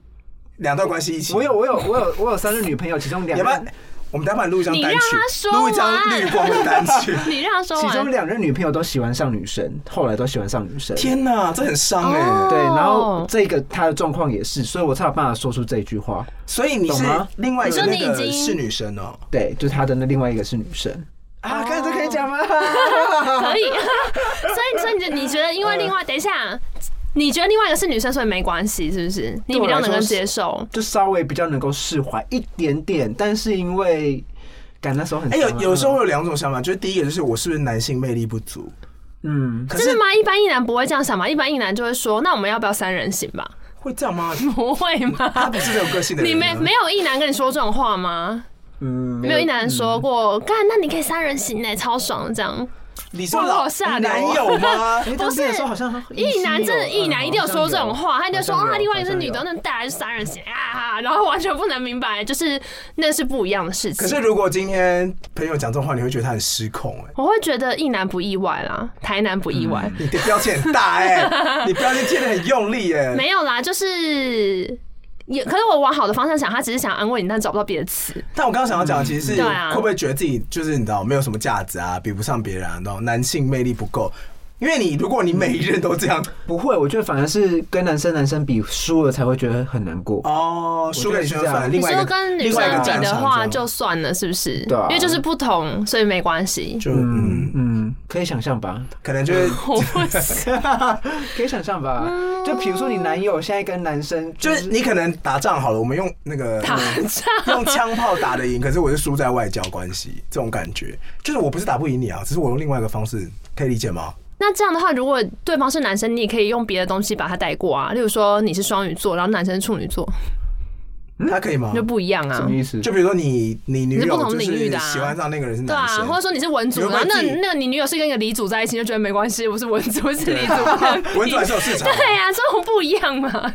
S2: 两段关系一起，
S4: 我有我有我有我有三个女朋友，其中两
S2: 要不
S4: 个
S2: 然我们待会录一张
S3: 你
S2: 单
S3: 让他
S2: 曲，
S3: 说
S2: 录一张
S3: 完
S2: 绿光的单曲。
S3: 你让他说哎
S4: 其
S3: 完
S4: 中。两任女朋友都喜欢上女生，后来都喜欢上女生。
S2: 天哪，这很伤哎、
S3: 哦
S4: 对，然后这个她的状况也是，所以我才有办法说出这句话。
S2: 所以你是
S4: 懂吗
S2: 另外一个
S3: 你说你
S2: 那
S3: 已
S2: 个
S3: 经
S2: 是女生哦、
S4: 对，就她的那另外一个是女生啊，看这可以讲吗？
S3: 可以。 所以，所以你觉得你觉得，因为另外，等一下，你觉得另外一个是女生，所以没关系，是不是？你比较能够接受。
S4: 就稍微比较能够释怀一点点，但是因为感那时候很
S2: 哎、
S4: 伤啊
S2: 有有时候会有两种想法，就是第一个就是我是不是男性魅力不足，
S4: 嗯，
S2: 可
S3: 真的
S2: 是
S3: 吗？一般一男不会这样想吗？一般一男就会说，那我们要不要三人行吧？
S2: 会这样 吗？
S3: 不会
S2: 他
S3: 吗
S2: 不？是没有个性的人
S3: 你
S2: 啊，
S3: 没没有一男跟你说这种话吗？
S4: 嗯，
S3: 没有一男说过，干，那你可以三人行呢，超爽的这样。
S2: 你说
S3: 哇
S2: 老
S3: 好吓
S2: 你
S3: 人
S2: 男
S3: 哦
S2: 友 吗？
S4: 哎，
S3: 不
S4: 当
S3: 是
S4: 时也说好像啊
S3: 一男真的，一男一定有说这种话，他就说啊，另外一个是女的，
S4: 的，
S3: 那大家是三人行啊，然后完全不能明白，就是那是不一样的事
S2: 可
S3: 情
S2: 是。如果今天朋友讲这种话，你会觉得他很失控哎、
S3: 我会觉得一男不意外啦，台南不意外，
S2: 你的标签很大哎、你标签贴的很用力哎、
S3: 没有啦，就是也，可是我往好的方向想，他只是想安慰你，但找不到别的词。
S2: 但我刚刚想要讲，其实
S3: 嗯
S2: 是
S3: 对啊
S2: 会不会觉得自己就是你知道没有什么价值啊，比不上别人、啊，然后男性魅力不够。因为你如果你每一任都这样
S4: 不会，我觉得反而是跟男生男生比输了才会觉得很难过。
S2: 哦，输给女生反而
S4: 我觉得是这样
S2: 另
S3: 你
S2: 外一个
S3: 说跟女
S2: 另外一个
S3: 生比
S2: 战
S3: 的
S2: 场这
S3: 话
S2: 样
S3: 就算了，是不是？
S4: 对啊
S3: 因为就是不同，所以没关系。
S2: 就
S4: 嗯
S2: 嗯，
S4: 嗯，可以想象吧，
S2: 可能就是
S3: 我不 行，
S4: 可以想象吧。
S3: 嗯
S4: 就比如说你男友现在跟男生，
S2: 就是你可能打仗好了，我们用那个
S3: 打
S2: 用枪炮打得赢，可是我是输在外交关系，这种感觉就是我不是打不赢你啊，只是我用另外一个方式，可以理解吗？
S3: 那这样的话，如果对方是男生，你也可以用别的东西把他带过啊，例如说你是双鱼座，然后男生是处女座，
S2: 啊
S4: 嗯
S2: 他可以吗
S3: 就？不一样
S4: 什
S3: 啊
S4: 么。意思？
S2: 就比如说你你女
S3: 你是不
S2: 友
S3: 同
S2: 就
S3: 领域
S2: 是
S3: 的啊
S2: 喜欢上那个人是
S3: 对
S2: 男
S3: 啊，
S2: 生
S3: 或，者说你是文组，
S2: 你会
S3: 然后
S2: 不会
S3: 那
S2: 自己
S3: 那个你女友是跟一个李组在一起，就觉得没关系，我是文组，我是李 组，
S2: 啊
S3: 不能比
S2: 文组还是有市场啊
S3: 对啊，这种不一样嘛，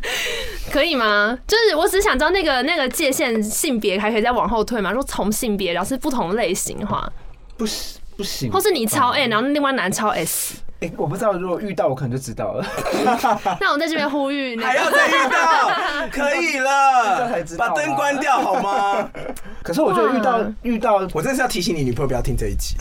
S3: 可以吗？就是我只想知道那个那个界限性别还可以再往后退嘛，如果从性别，然后是不同类型的话，
S4: 不行不行，
S3: 或是你
S2: 哦
S3: 超 N，然后另外男超 S，
S4: 哎，我不知道，如果遇到我可能就知道了。
S3: 那我在这边呼吁那
S2: 还
S3: 个。
S2: 要再遇到，可以了
S4: 这才知，道
S2: 把
S4: 啊
S2: 灯关掉好吗？
S4: 可是我觉得遇到
S3: 哇
S4: 遇到
S2: 我真的是要提醒你女朋友不要听这一集，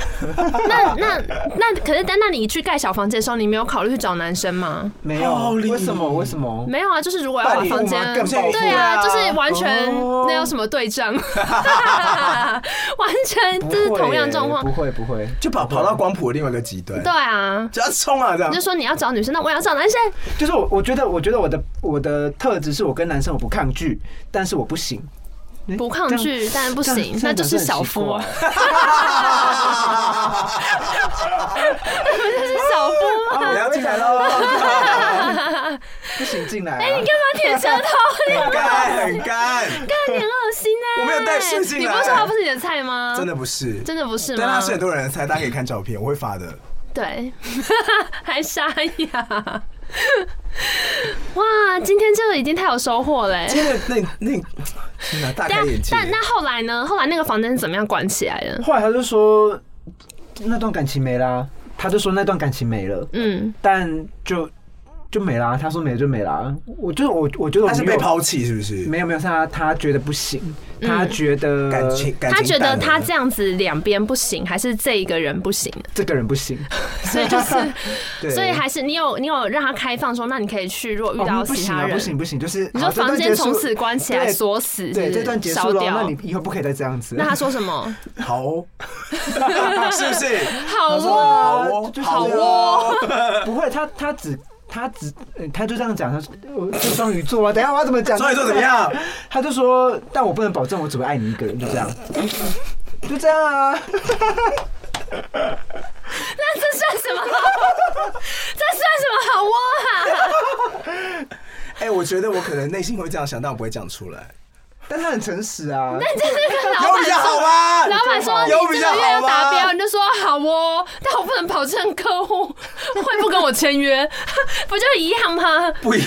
S3: 那那那可是，但那你去盖小房间的时候，你没有考虑去找男生吗？
S4: 没
S2: 道
S4: 有？
S2: 理
S4: 为什么？为什么？
S3: 没有啊，就是如果要把房间
S4: 办理户吗，更暴富
S3: 对啊，
S2: 啊
S3: 就是完全
S4: 哦
S3: 那有什么对 账，完全
S4: 不
S3: 这是
S4: 会
S3: 同样
S4: 耶
S3: 状况
S4: 不。会不会。
S2: 就跑跑到光谱的另外一个极端
S3: 对，啊，
S2: 只要冲啊这样
S3: 你就。说你要找女生，那我也要找男生。
S4: 就是我，我觉得，我觉得我的我的特质是我跟男生我不抗拒，但是我不行，
S3: 不抗拒，但不
S4: 这
S3: 行
S4: 样，
S3: 那就是小夫 啊，。就是小夫嘛。
S2: 我要进来喽，
S4: 不行进来、啊。
S3: 你干嘛舔舌头？
S2: 很干很干，
S3: 你很恶心哎！
S2: 我没有带射进来
S3: 你不是说他不是你的菜吗？
S2: 真的不是，
S3: 真的不是
S2: 但
S3: 吗
S2: 他？是很多人的菜，大家可以看照片，我会发的。
S3: 对， 还沙 哑。哇，今天这个已经太有收获欸嘞！
S2: 那那那，天哪，大开
S3: 但
S2: 眼界。
S3: 但那后来呢？后来那个房间是怎么样关起来的？
S4: 后来他就说那段感情没啦，他就说那段感情没了，
S3: 嗯，
S4: 但就就没啦。他说没了就没啦。我就是我，我觉得我
S2: 他是
S4: 没
S2: 被
S4: 有
S2: 抛弃，是不是？
S4: 没有没有，是他他觉得不行，他觉得
S2: 感情感情
S3: 他觉得
S2: 淡了
S3: 他这样子两边不行，还是这一个人不行，
S4: 这个人不行，
S3: 所以就是
S4: 对，
S3: 所以还是你有你有让他开放说，那你可以去，如果遇
S4: 哦
S3: 到
S4: 不
S3: 其
S4: 行
S3: 他
S4: 啊，
S3: 人，
S4: 不行不行，就是
S3: 你说
S4: 好这段
S3: 房
S4: 结
S3: 间
S4: 束
S3: 从此关起来
S4: 对
S3: 锁死，
S4: 对，
S3: 是不
S4: 这
S3: 是
S4: 段结
S3: 烧
S4: 束了，
S3: 掉
S4: 那你以后不可以再这样子。
S3: 那他说什 么？
S2: 好哦，是不是？
S3: 好
S2: 他说好
S3: 哦，
S2: 哦，
S4: 就是
S2: 好
S4: 这样
S2: 哦，
S4: 不会，他他只他只、呃他就这样讲，他说我是双鱼座啊，等一下我要怎么讲？
S2: 所以说怎么？样？
S4: 他就说，但我不能保证我只会爱你一个人，就 这样，就这样啊。
S3: 那这算什么？ 这算什么好窝啊？
S2: 哎，我觉得我可能内心会这样想，但我不会讲出来。
S4: 但他很诚实啊，
S2: 有比较好吗？
S3: 老板说
S2: 有比
S3: 你这
S2: 较
S3: 个月要
S2: 好
S3: 达标，
S2: 吗？
S3: 你就说好哦，但我不能保证客户会不跟我签约， 不就一样吗？
S2: 不一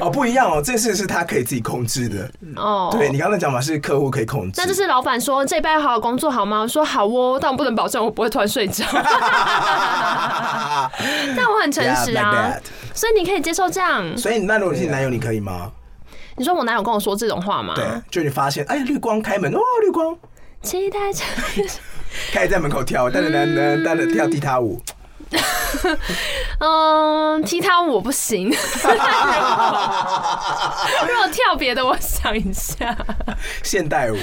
S2: 哦，不一样哦，这件事是他可以自己控制的。
S3: 哦，
S2: 对你刚刚的讲法是客户可以控制，
S3: 那就是老板说这一拜好好工作好吗？我说好哦，但我不能保证我不会突然 睡着。但我很诚实
S2: Yeah,
S3: 啊
S2: like，
S3: 所以你可以接受这样。
S2: 所以那如果是你男友，你可以吗？
S3: 你说我男友跟我说这种话吗？
S2: 对，就你发现哎，绿光开门哦，绿光
S3: 期待着。
S2: 开始在门口跳，噔噔噔噔噔噔跳踢踏舞，
S3: 嗯，踢踏舞我 不行。 如果跳别的，我想一下。
S2: 现代舞，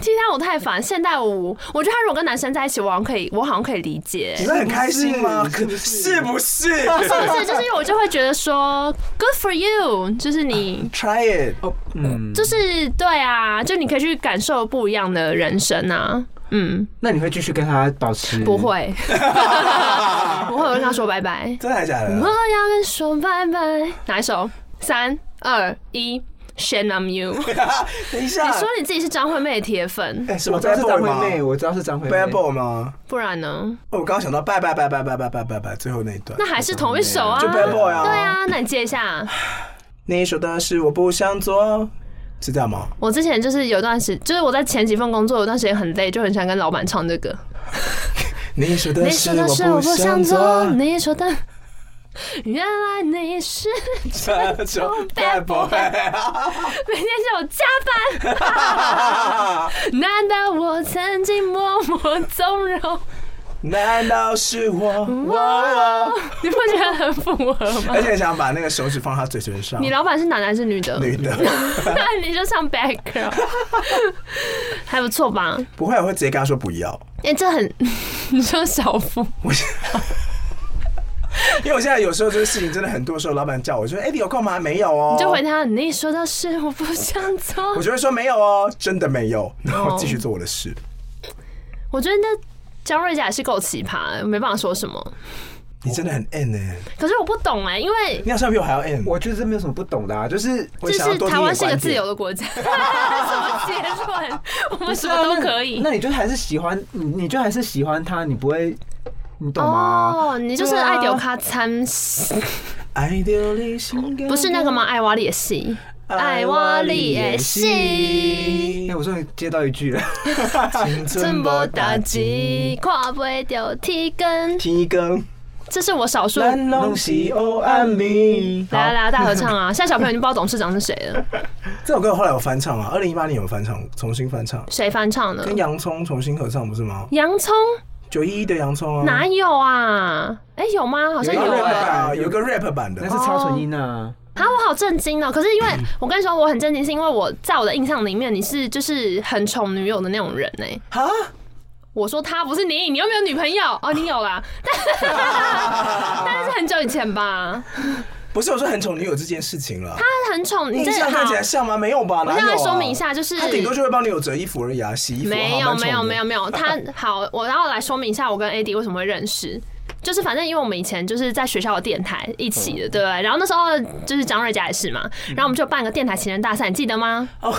S3: 踢踏舞太烦，现代舞，我觉得他如果跟男生在一起，我好像可以，我好像可以理解
S2: 你。们很开心吗？
S4: 是不是
S2: 是不是
S3: 是不是？就是因为我就会觉得说，good for you，就是你，
S2: ？Try it，
S4: 嗯，
S3: 就是对啊，就你可以去感受不一样的人生啊。嗯，
S4: 那你会继续跟他保持？
S2: 嗯
S3: 不，会，不会，我就跟他说拜拜。
S2: 真的还假
S3: 我
S2: 的？
S3: 要跟说拜拜。哪一首？三二一，Shame on you！你
S2: 等一下，
S3: 说你自己是张惠妹的铁粉，
S2: 哎，什
S4: 我
S2: 么
S4: 知道是
S2: bad
S4: 张
S2: boy
S4: 惠妹，
S2: 吗
S4: 我知道是张惠妹。
S2: ？Bad boy 吗？
S3: 不然呢？
S2: 哦我刚刚想到拜拜拜拜拜拜拜拜拜，最后那一段
S3: 那。还是同一首啊。
S2: 就 bad boy 啊
S3: 对啊，那你接一下。
S2: 那一首的是我不想做，是这样吗？
S3: 我之前就是有段时，就是我在前几份工作有段时间很累，就很想跟老板唱这个。
S2: 那一首的
S3: 你
S2: 是
S3: 说的是我
S2: 我
S3: 不
S2: 不
S3: 想
S2: 想
S3: 做，
S2: 做。
S3: 你说的。原来你是
S2: 这首 bad boy，
S3: 每天叫我加班，难道我曾经默默纵容？
S2: 难道是我？我
S3: 你不觉得很符合吗？
S2: 而且想把那个手指放他嘴唇上。
S3: 你老板是男的还是 女的？
S2: 女的
S3: 那你就唱 bad girl，还不错吧？
S2: 不会，我会直接跟他说不要，
S3: 哎、这很， 你说小夫，
S2: 因为我现在有时候这个事情真的很多时候，老板叫我说：“哎，你有空吗？”没有哦，
S3: 你就回他，你说的是我不想做
S2: 我。就会说没有哦，真的没有，然后继续做我的事。
S3: 我觉得那江瑞佳也是够奇葩，没办法说什么。
S2: 你真的很 N 呢、
S3: 可是我不懂哎、因为
S2: 你好像比我还要 N。
S4: 我觉得这没有什么不懂的啊，就是
S2: 我
S3: 就
S2: 想要
S3: 是
S2: 多听
S3: 台
S2: 你的
S3: 湾是个
S2: 观
S3: 自
S2: 点
S3: 由。的国家， 什么结论？我们什么都可以
S4: 那。你就还是喜欢，你你就还是喜欢他，你不会，你懂吗？
S3: 哦，你就是
S4: 对啊
S3: 爱丢咖餐，
S2: 爱丢你心肝
S3: 不是那个吗？爱瓦里也戏，爱瓦里也戏。
S4: 哎，我终于接到一句了，
S2: 青
S3: 真
S2: 春
S3: 无
S2: 无
S3: 代
S2: 代
S3: 志
S2: 志，，
S3: 看袂着天光。
S2: 天光
S3: 这是我少数。
S2: 咱拢是黑哦暗面。
S3: 来啊来啊，大合唱啊！现在小朋友已经不知道董事长是谁了，
S2: 这首歌后来有翻唱啊，二零一八年有翻唱，重新翻唱，
S3: 谁翻唱的
S2: 跟？洋葱重新合唱不是吗？
S3: 洋葱
S2: 九一一的洋葱啊，
S3: 哪有啊？哎，有吗？好像
S2: 有
S3: 有
S2: 个
S4: 有
S2: rap
S3: 啊。
S2: 版啊，有个 rap 版
S4: 那
S2: 的
S4: 是。超纯音啊。
S3: 啊，我好震惊哦！可是因为我跟你说，我很震惊，是因为我在我的印象里面，你是就是很宠女友的那种人哎。
S2: 哈，
S3: 我说他不是你，你又没有女朋友哦，你有啦， 但但是很久以前吧。
S2: 不是我说很宠女友这件事情了，
S3: 他很宠你，
S2: 印
S3: 这
S2: 象看
S3: 好
S2: 起。来像吗？没有吧？
S3: 我
S2: 哪
S3: 现
S2: 有
S3: 在
S2: 啊
S3: 说明一，下，就是
S2: 他顶多就会帮你有折衣服而已啊，洗衣服。
S3: 没
S2: 好
S3: 有
S2: 蛮宠
S3: 没有
S2: 的
S3: 没有 没有，他好，我要来说明一下我跟 AD 为什么会认识。就是反正因为我们以前就是在学校的电台一起的，对不对？然后那时候就是张瑞佳也是嘛，然后我们就办个电台情人大赛，你记得吗？
S2: 嗯哦，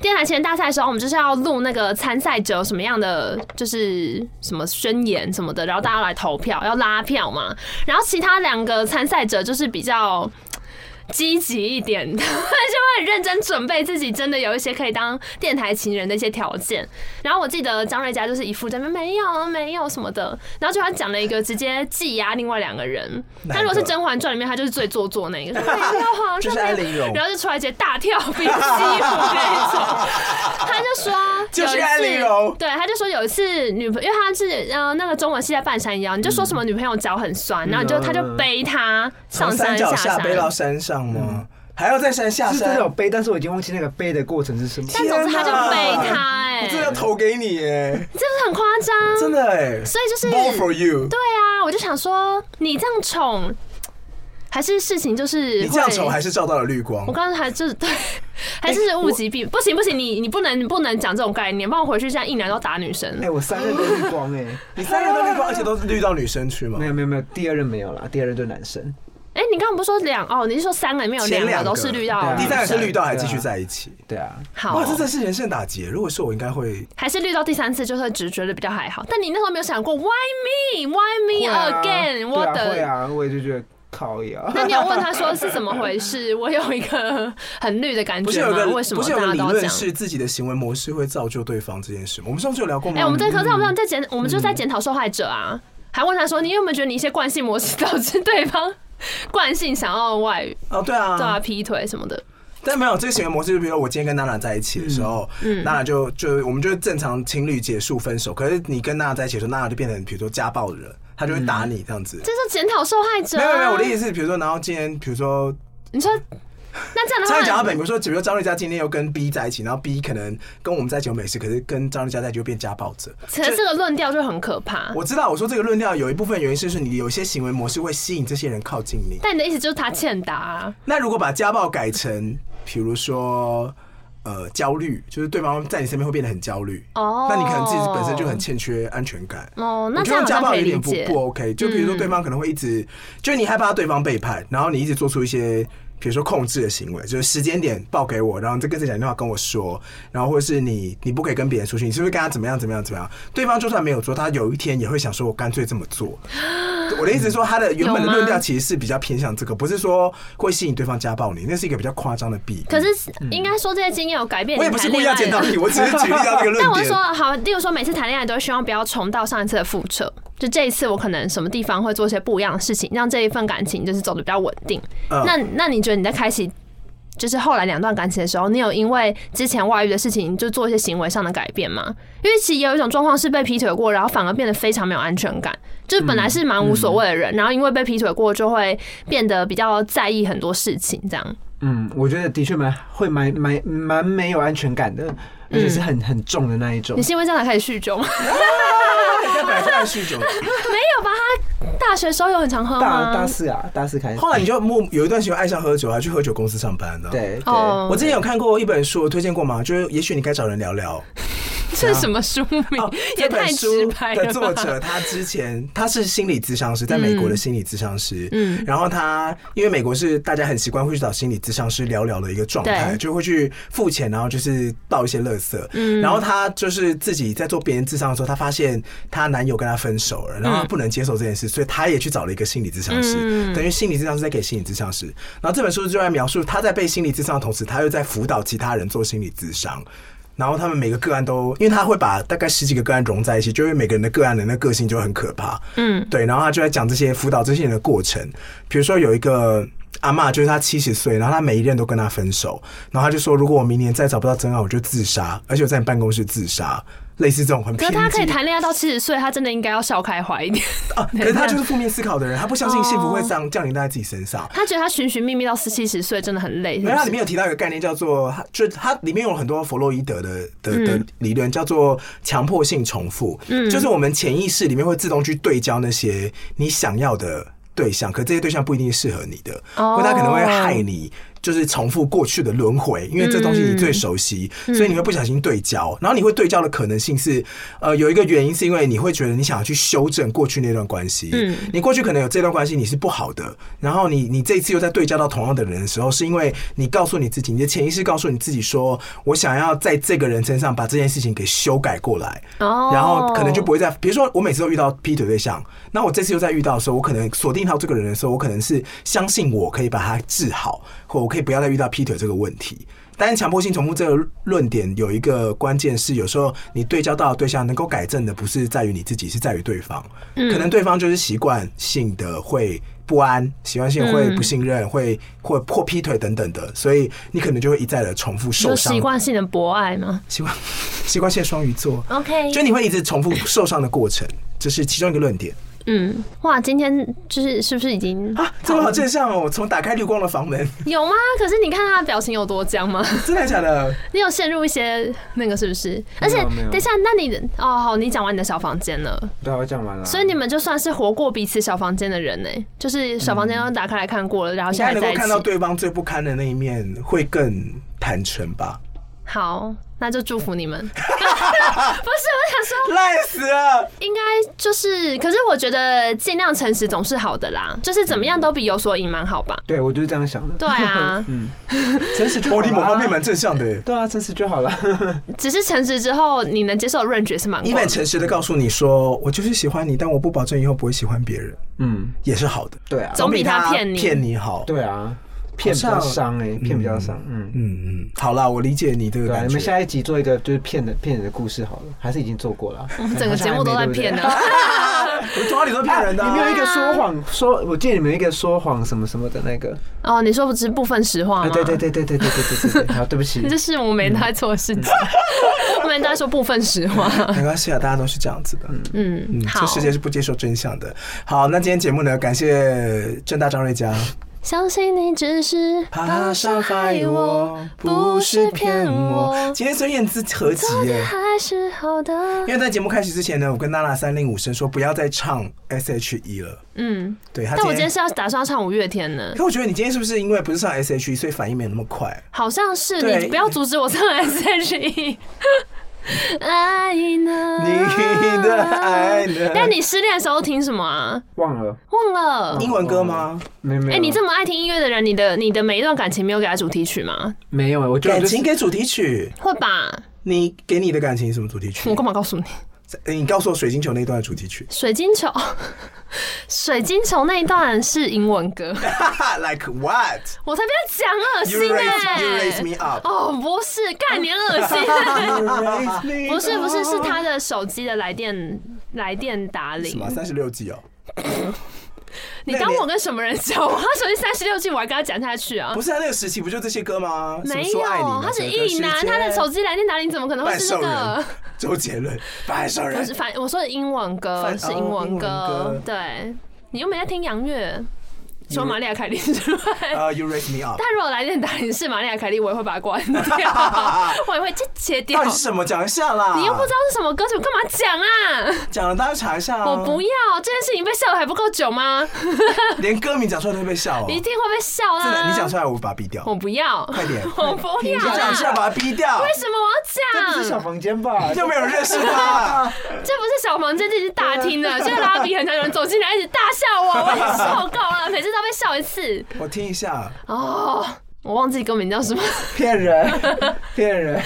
S3: 电台情人大赛的时候，我们就是要录那个参赛者有什么样的，就是什么宣言什么的，然后大家来投票，要拉票嘛。然后其他两个参赛者就是比较积极一点， 他就会很认真准备自己，真的有一些可以当电台情人的一些条件。然后我记得张瑞佳就是一副在那边没有没有什么的，然后就他讲了一个直接技压另外两个人。
S2: 哪一个
S3: 他如果是《甄嬛传》里面，他就是最做作 那个，说没有皇
S2: 就是
S3: 上没
S2: 安
S3: 有
S2: 陵容，
S3: 然后就出来直接大跳冰西服那 一种。他就说
S2: 就
S3: 有
S2: 是
S3: 一次
S2: 安陵容
S3: 对，他就说有一次女朋友，因为他是呃那个中文系在半山腰，你就
S2: 嗯
S3: 说什么女朋友脚很酸，然后你就他就背她上
S2: 从山
S3: 山
S2: 脚
S3: 山
S2: 下。背到山上吗？还要在山下
S4: 是真的有
S2: 山？
S4: 背，但是我已经忘记那个背的过程是什么。
S3: 但总之他就背
S2: 天哪
S3: 她，哎，
S2: 我
S3: 真
S2: 真的
S3: 的
S2: 要投给你 耶，
S3: 很夸张。
S2: 真的哎
S3: 所以就是
S2: ，More for
S3: 对
S2: you。
S3: 啊，我就想说你这样宠，还是事情就是
S2: 你这样
S3: 会
S2: 丑还是哎照到了绿光
S3: 我，刚才还就是对，还是物极必不行不行，你你不能你不能讲这种概念，不然我回去现在一男都打女生。
S4: 哎，我三任都绿光哎，
S2: 你三个都绿 光，而且都是绿到女生去嘛
S4: 没。有没有没有，第二任没有啦，第二任就男生。
S3: 哎、你刚刚不是说两哦？你是说三个里面有
S2: 前
S3: 两
S2: 两
S3: 个
S2: 个
S3: 都是绿到
S4: 对啊
S3: 女
S2: 第
S3: 生，
S2: 三个是绿到还
S4: 对啊
S2: 继续在一起，
S4: 对啊，
S3: 好
S2: 哇，，这真是人生打劫。如果是我，应该会
S3: 还是绿到第三次就会只觉得比较还好。但你那时候没有想过 why me why
S4: 会
S3: me
S4: 啊
S3: again？、我
S4: 对啊会
S3: 的、
S4: 啊，我也就觉得靠呀。
S3: 那你有问他说是怎么回事？我有一个很绿的感
S2: 不是
S3: 觉
S2: 有
S3: 吗？
S2: 个
S3: 为什么
S2: 不是有个
S3: 大家
S2: 理
S3: 都要这
S2: 论
S3: 样？
S2: 是自己的行为模式会造就对方这件事吗？我们上次有聊过吗？
S3: 哎、我们在可是我们在检，我们就在检讨受害者啊，还问他说你有没有觉得你一些惯性模式导致对方惯性想要外遇？
S2: 哦，对啊，
S3: 对啊，劈腿什么的。
S2: 但没有这个行为模式，就比如说我今天跟娜娜在一起的时候，
S3: 嗯
S2: 娜娜就就我们就正常情侣结束分手，可是你跟娜娜在一起的时候，娜娜就变成比如说家暴的人，她就会打你这样子。
S3: 这是检讨受害者、
S2: 没
S3: 啊。
S2: 有没有，我的意思是，比如说，然后今天，比如说，
S3: 你说，那这样的
S2: 张瑞佳
S3: 话，
S2: 本，比如说，比如说张瑞佳今天又跟 B 在一起，然后 B 可能跟我们在一起有美事，可是跟张瑞佳在一起就变家暴者。
S3: 其实这个论调就很可怕。
S2: 我知道，我说这个论调有一部分原因是是你有一些行为模式会吸引这些人靠近你。
S3: 但你的意思就是他欠打、啊，
S2: 那如果把家暴改成，比如说，呃，焦虑，就是对方在你身边会变得很焦虑。
S3: 哦
S2: 那你可能自己本身就很欠缺安全感。
S3: 哦，那
S2: 我
S3: 这
S2: 觉
S3: 样
S2: 得
S3: 好
S2: 家
S3: 像
S2: 暴
S3: 可以
S2: 有
S3: 理
S2: 点不
S3: 解。嗯
S2: 不 OK，就比如说对方可能会一直，就你害怕对方背叛，然后你一直做出一些，比如说控制的行为，就是时间点报给我，然后你再跟谁讲电话跟我说，然后或者是你你不可以跟别人出去，你是不是跟他怎么样怎么样怎么样？对方就算没有做，他有一天也会想说，我干脆这么做。我的意思是说，他的原本的
S3: 有吗
S2: 论调其实是比较偏向这个，不是说会吸引对方家暴你，那是一个比较夸张的比喻。
S3: 可是应该说这些经验有改
S2: 嗯
S3: 变
S2: 我也
S3: 你
S2: 不是
S3: 谈
S2: 故意
S3: 恋
S2: 要
S3: 爱
S2: 见到
S3: 的。
S2: 你，我只是举例到这个论点。
S3: 但我是说，好，例如说每次谈恋爱都希望不要重蹈上一次的覆辙，就这一次我可能什么地方会做一些不一样的事情，让这一份感情就是走的比较稳定。
S2: 嗯
S3: 那那你觉得你在开启就是后来两段感情的时候，你有因为之前外遇的事情就做一些行为上的改变吗？因为其实也有一种状况是被劈腿过，然后反而变得非常没有安全感，就是
S2: 嗯
S3: 本来是蛮无所谓的人，然后因为被劈腿过就会变得比较在意很多事情，这样。
S4: 嗯，我觉得的确蛮会蛮蛮蛮没有安全感的，而且是很很重的那一种
S3: 你。是因为这样才开始酗 酒吗？
S2: 在百分之二十九。
S3: 大学时候有很常喝
S4: 大大
S3: 吗？
S4: 四啊，大四开始。
S2: 后来你就默有一段时间爱上喝酒，还去喝酒公司上班的。，
S4: 对对，
S3: 哦
S2: 我之前有看过一本书，推荐过吗？就是也许你该找人聊聊。
S3: 这 是什么书名？，
S2: 哦
S3: 也
S2: 这
S3: 太
S2: 本
S3: 直
S2: 书
S3: 白
S2: 的
S3: 了
S2: 作
S3: 吧。
S2: 者他之前他是心理咨商师，在美国的心理咨商师。
S3: 嗯
S2: 嗯，然后他因为美国是大家很习惯会去找心理咨商师聊聊的一个状态，
S3: 对
S2: 就会去付钱，然后就是倒一些垃圾。嗯，
S3: 嗯
S2: 然后他就是自己在做别人智商的时候，他发现她男友跟她分手了，然后她不能接受这件事，所以她也去找了一个心理咨商师，
S3: 嗯
S2: 等于心理咨商师在给心理咨商师。然后这本书就在描述她在被心理咨商的同时，她又在辅导其他人做心理咨商。然后他们每个个案都，因为他会把大概十几个个案融在一起，就因为每个人的个案的那个性就很可怕。
S3: 嗯，
S2: 对，然后他就在讲这些辅导这些人的过程，比如说有一个阿嬷，就是她七十岁，然后她每一任都跟她分手，然后她就说，如果我明年再找不到真爱，我就自杀，而且我在你办公室自杀，类似这种很
S3: 可
S2: 偏
S3: 是
S2: 激。
S3: 他可以谈恋爱到七十岁，他真的应该要笑开怀一点。
S2: 啊，可是他就是负面思考的人，他不相信幸福
S3: 哦
S2: 会降降临在自己身上。
S3: 他觉得他寻寻觅觅到四七十岁真的很累。是不
S2: 没
S3: 是
S2: 有，它里面有提到一个概念叫做，就它里面有很多弗洛伊德的的的理论，叫做强迫性重复，就是我们潜意识里面会自动去对焦那些你想要的对象，可这些对象不一定适合你的，
S3: 哦
S2: 或他可能会害你。就是重复过去的轮回，因为这东西
S3: 嗯
S2: 你最熟悉，所以你会不小心对焦，然后你会对焦的可能性是，呃，有一个原因是因为你会觉得你想要去修正过去那段关系，
S3: 嗯
S2: 你过去可能有这段关系你是不好的，然后你你这一次又在对焦到同样的人的时候，是因为你告诉你自己，你的潜意识告诉你自己说，我想要在这个人身上把这件事情给修改过来，
S3: 哦
S2: 然后可能就不会再，比如说我每次都遇到劈腿对象，那我这次又在遇到的时候，我可能锁定到这个人的时候，我可能是相信我可以把他治好，或我可以不要再遇到劈腿这个问题。但是强迫性重复这个论点有一个关键是，有时候你对焦到的对象能够改正的，不是在于你自己，是在于对方。
S3: 嗯
S2: 可能对方就是习惯性的会不安，习惯性会不信任，会或或劈腿等等的，所以你可能就会一再的重复
S3: 就
S2: 受伤
S3: 习。惯性的博爱嘛。
S2: 习惯习惯性的双鱼座，
S3: OK，
S2: 就你会一直重复受伤的过程，这是其中一个论点
S3: 嗯，哇，今天就是是不是已经
S2: 啊。这个好正向哦！我从打开绿光的房 门，
S3: 有吗？可是你看他的表情有多僵吗？
S2: 真的假的？
S3: 你有陷入一些那个是不是？而
S4: 没有
S3: 且
S4: 没有
S3: 等一下，那你的哦好，你讲完你的小房间了，
S4: 对啊，我讲完了。
S3: 所以你们就算是活过彼此小房间的人呢、就是小房间都打开来看过了，然后
S2: 你
S3: 现
S2: 还
S3: 在
S2: 能
S3: 在
S2: 够
S3: 一
S2: 嗯看到
S3: 起。
S2: 对方最不堪的那一面，会更坦诚吧？
S3: 好，那就祝福你们。 不是，我想说，
S2: 烂死了！
S3: 应该就是，可是我觉得尽量诚实总是好的啦，就是怎么样都比有所隐瞒好吧。
S4: 对我就是这样想的。
S3: 对啊，
S2: 嗯
S4: 诚实就好
S2: 哦，
S4: 了
S2: 你
S4: 啊
S2: 某方面蛮正向 的。
S4: 对啊，诚实就好了。
S3: 只是诚实之后，你能接受的 range 也是蛮
S2: 你
S3: 广
S2: 蛮
S3: 的。
S2: 诚实的告诉你说，我就是喜欢你，但我不保证以后不会喜欢别人，
S4: 嗯，
S2: 也是好的，
S4: 对啊，
S3: 总比他骗你
S2: 骗你好。
S4: 对啊，骗比较伤哎，骗比较伤。嗯，
S2: 嗯嗯，好啦，我理解你这个
S4: 对啊，
S2: 感
S4: 你们
S2: 觉。
S4: 下一集做一个就是骗的骗人的故事好了，还是已经做过了？我
S3: 我们整个节目都在 骗啊。
S2: 我从哪里都骗人的
S4: 你
S2: 啊、
S4: 们有一个说谎说，我记得你们有一个说谎什么什么的那个，
S3: 哦，你说不是部分实话
S4: 啊，
S3: 吗？
S4: 对对对对对对对对对对，好，对不起
S3: 你，这是我没在做的事 情，我每天都在说部分实话。
S2: 没关系啊，大家都是这样子的。
S3: 嗯
S2: 嗯，，
S3: 好
S2: 这，世界是不接受真相的。好，那今天节目呢，感谢正大张瑞佳。
S3: 相信你只是
S2: 爬上害我，不是骗我。今天孙燕姿合集耶。
S3: 还是好的。
S2: 因为在节目开始之前呢，我跟娜娜三令五申说不要再唱 S H E 了。
S3: 嗯，
S2: 对，她
S3: 但我今
S2: 今
S3: 天
S2: 天。
S3: 是要打算要唱五月天呢，
S2: 可我觉得你今天是不是因为不是唱 S H E，所以反应没有那么快？
S3: 好像是
S2: 对
S3: 你不要阻止我唱 S H E。爱呢？
S2: 啊你的爱呢
S3: 但你失恋的时候听什么啊？
S4: 忘了，
S3: 忘了。
S2: 英文歌吗？
S4: 没有没有，
S3: 哎、你这么爱听音乐的人，你的你的每一段感情没有给他主题曲吗？
S4: 没有哎，我觉得
S2: 感
S4: 就是
S2: 情给主题曲，
S3: 会吧？
S2: 你给你的感情什么主题曲
S3: 我？干嘛告诉你？
S2: 你告诉我水晶球那一段的主题曲
S3: 水晶球，水晶球那一段是英文歌，
S2: ，Like what？我
S3: 我才不要讲恶
S2: You
S3: 心
S2: raise you
S3: 哎、
S2: raise me up。
S3: 哦，不是，干你恶心、 欸！不
S2: 不
S3: 是 不是，是他的手机的来电来电打
S2: 什
S3: 铃
S2: 么。三十六计哦？
S3: 你当我跟什么人交往？他手机三十六 G，我还跟他讲下去啊
S2: 不？是啊，那个时期不就这些歌吗？什么
S3: 没有啊
S2: 说爱你，，
S3: 他是异男，他的手机来电打铃怎么可能会
S2: 半
S3: 是这
S2: 兽
S3: 个
S2: 人？，周杰伦，半兽
S3: 不
S2: 人
S3: 是，。反我说的英文歌
S2: 反啊
S3: 是英文
S2: 哦英文
S3: 歌
S2: 歌，
S3: 对，你又没在听洋乐，除了玛利亚凯莉之 外。
S2: 呃，You raise me up。
S3: 但如果来电打铃是玛利亚凯莉，我也会把它关 掉，我也会切切掉
S2: 到底。是什么？讲一下啦！
S3: 你又不知道是什么歌曲，干嘛讲啊？
S2: 讲了，大家查一下啊。
S3: 我不要，这件事情被笑的还不够久吗？
S2: 连歌名讲出来都会被笑哦。
S3: 你一定会被笑
S2: 真哦的，
S3: 啦！
S2: 你讲出来，我把它逼掉。
S3: 我不要，
S2: 快点，
S3: 我不要
S2: 你讲一下，
S3: 啦！
S2: 把它逼掉。
S3: 为什么我要
S4: 这不是小
S3: 讲？
S4: 房间吧？
S3: 嗯
S2: 又没有人认识他，
S3: 这不是小房间，这是大厅的。
S2: 啊
S3: 现在拉比很常有人走进来一直大笑 我，我已经受够了，每次都被笑一次。
S2: 我听一下。
S3: 哦，我忘记歌名叫什么，
S4: 骗人，骗人，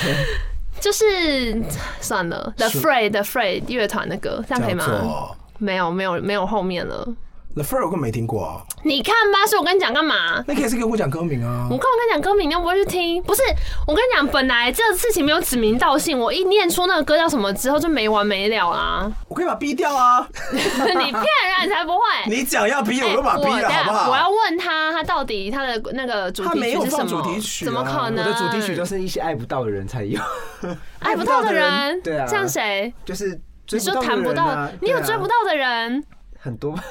S3: 就是算了，The Fray The Fray 乐团的歌，这样可
S2: 叫
S3: 以吗？
S2: 做
S3: 没有，没有，没有后面了。
S2: The Fur，我根本没听过啊。
S3: 你看吧，是我跟你讲干嘛？
S2: 那可以是给我讲歌名啊
S3: 我。看我跟你讲歌名，你又不会去听。不是，我跟你讲，本来这个事情没有指名道姓，我一念出那个歌叫什么之后就没完没了啦。
S2: 我可以把它逼掉啊。
S3: 你骗人，啊你才不会。
S2: 你讲要逼，我都把它逼
S3: 哎我
S2: 了，啊好不
S3: 等下我要
S2: 好？
S3: 问他，他到底他的那个主
S2: 他
S3: 题
S2: 没有
S3: 曲是什
S2: 放
S3: 么？
S2: 主题曲啊
S3: 怎么可
S2: 我
S4: 我
S3: 能？
S4: 的主题曲都是一些爱不到的人才有，
S3: 爱不到的人，
S4: 人对啊
S3: 像谁？
S4: 就是
S3: 你
S4: 追
S3: 说
S4: 不到
S3: 谈
S4: 的
S3: 不
S4: 人
S3: 到
S4: 啊，，
S3: 你有
S4: 对啊
S3: 追不到的人，
S4: 很多吧？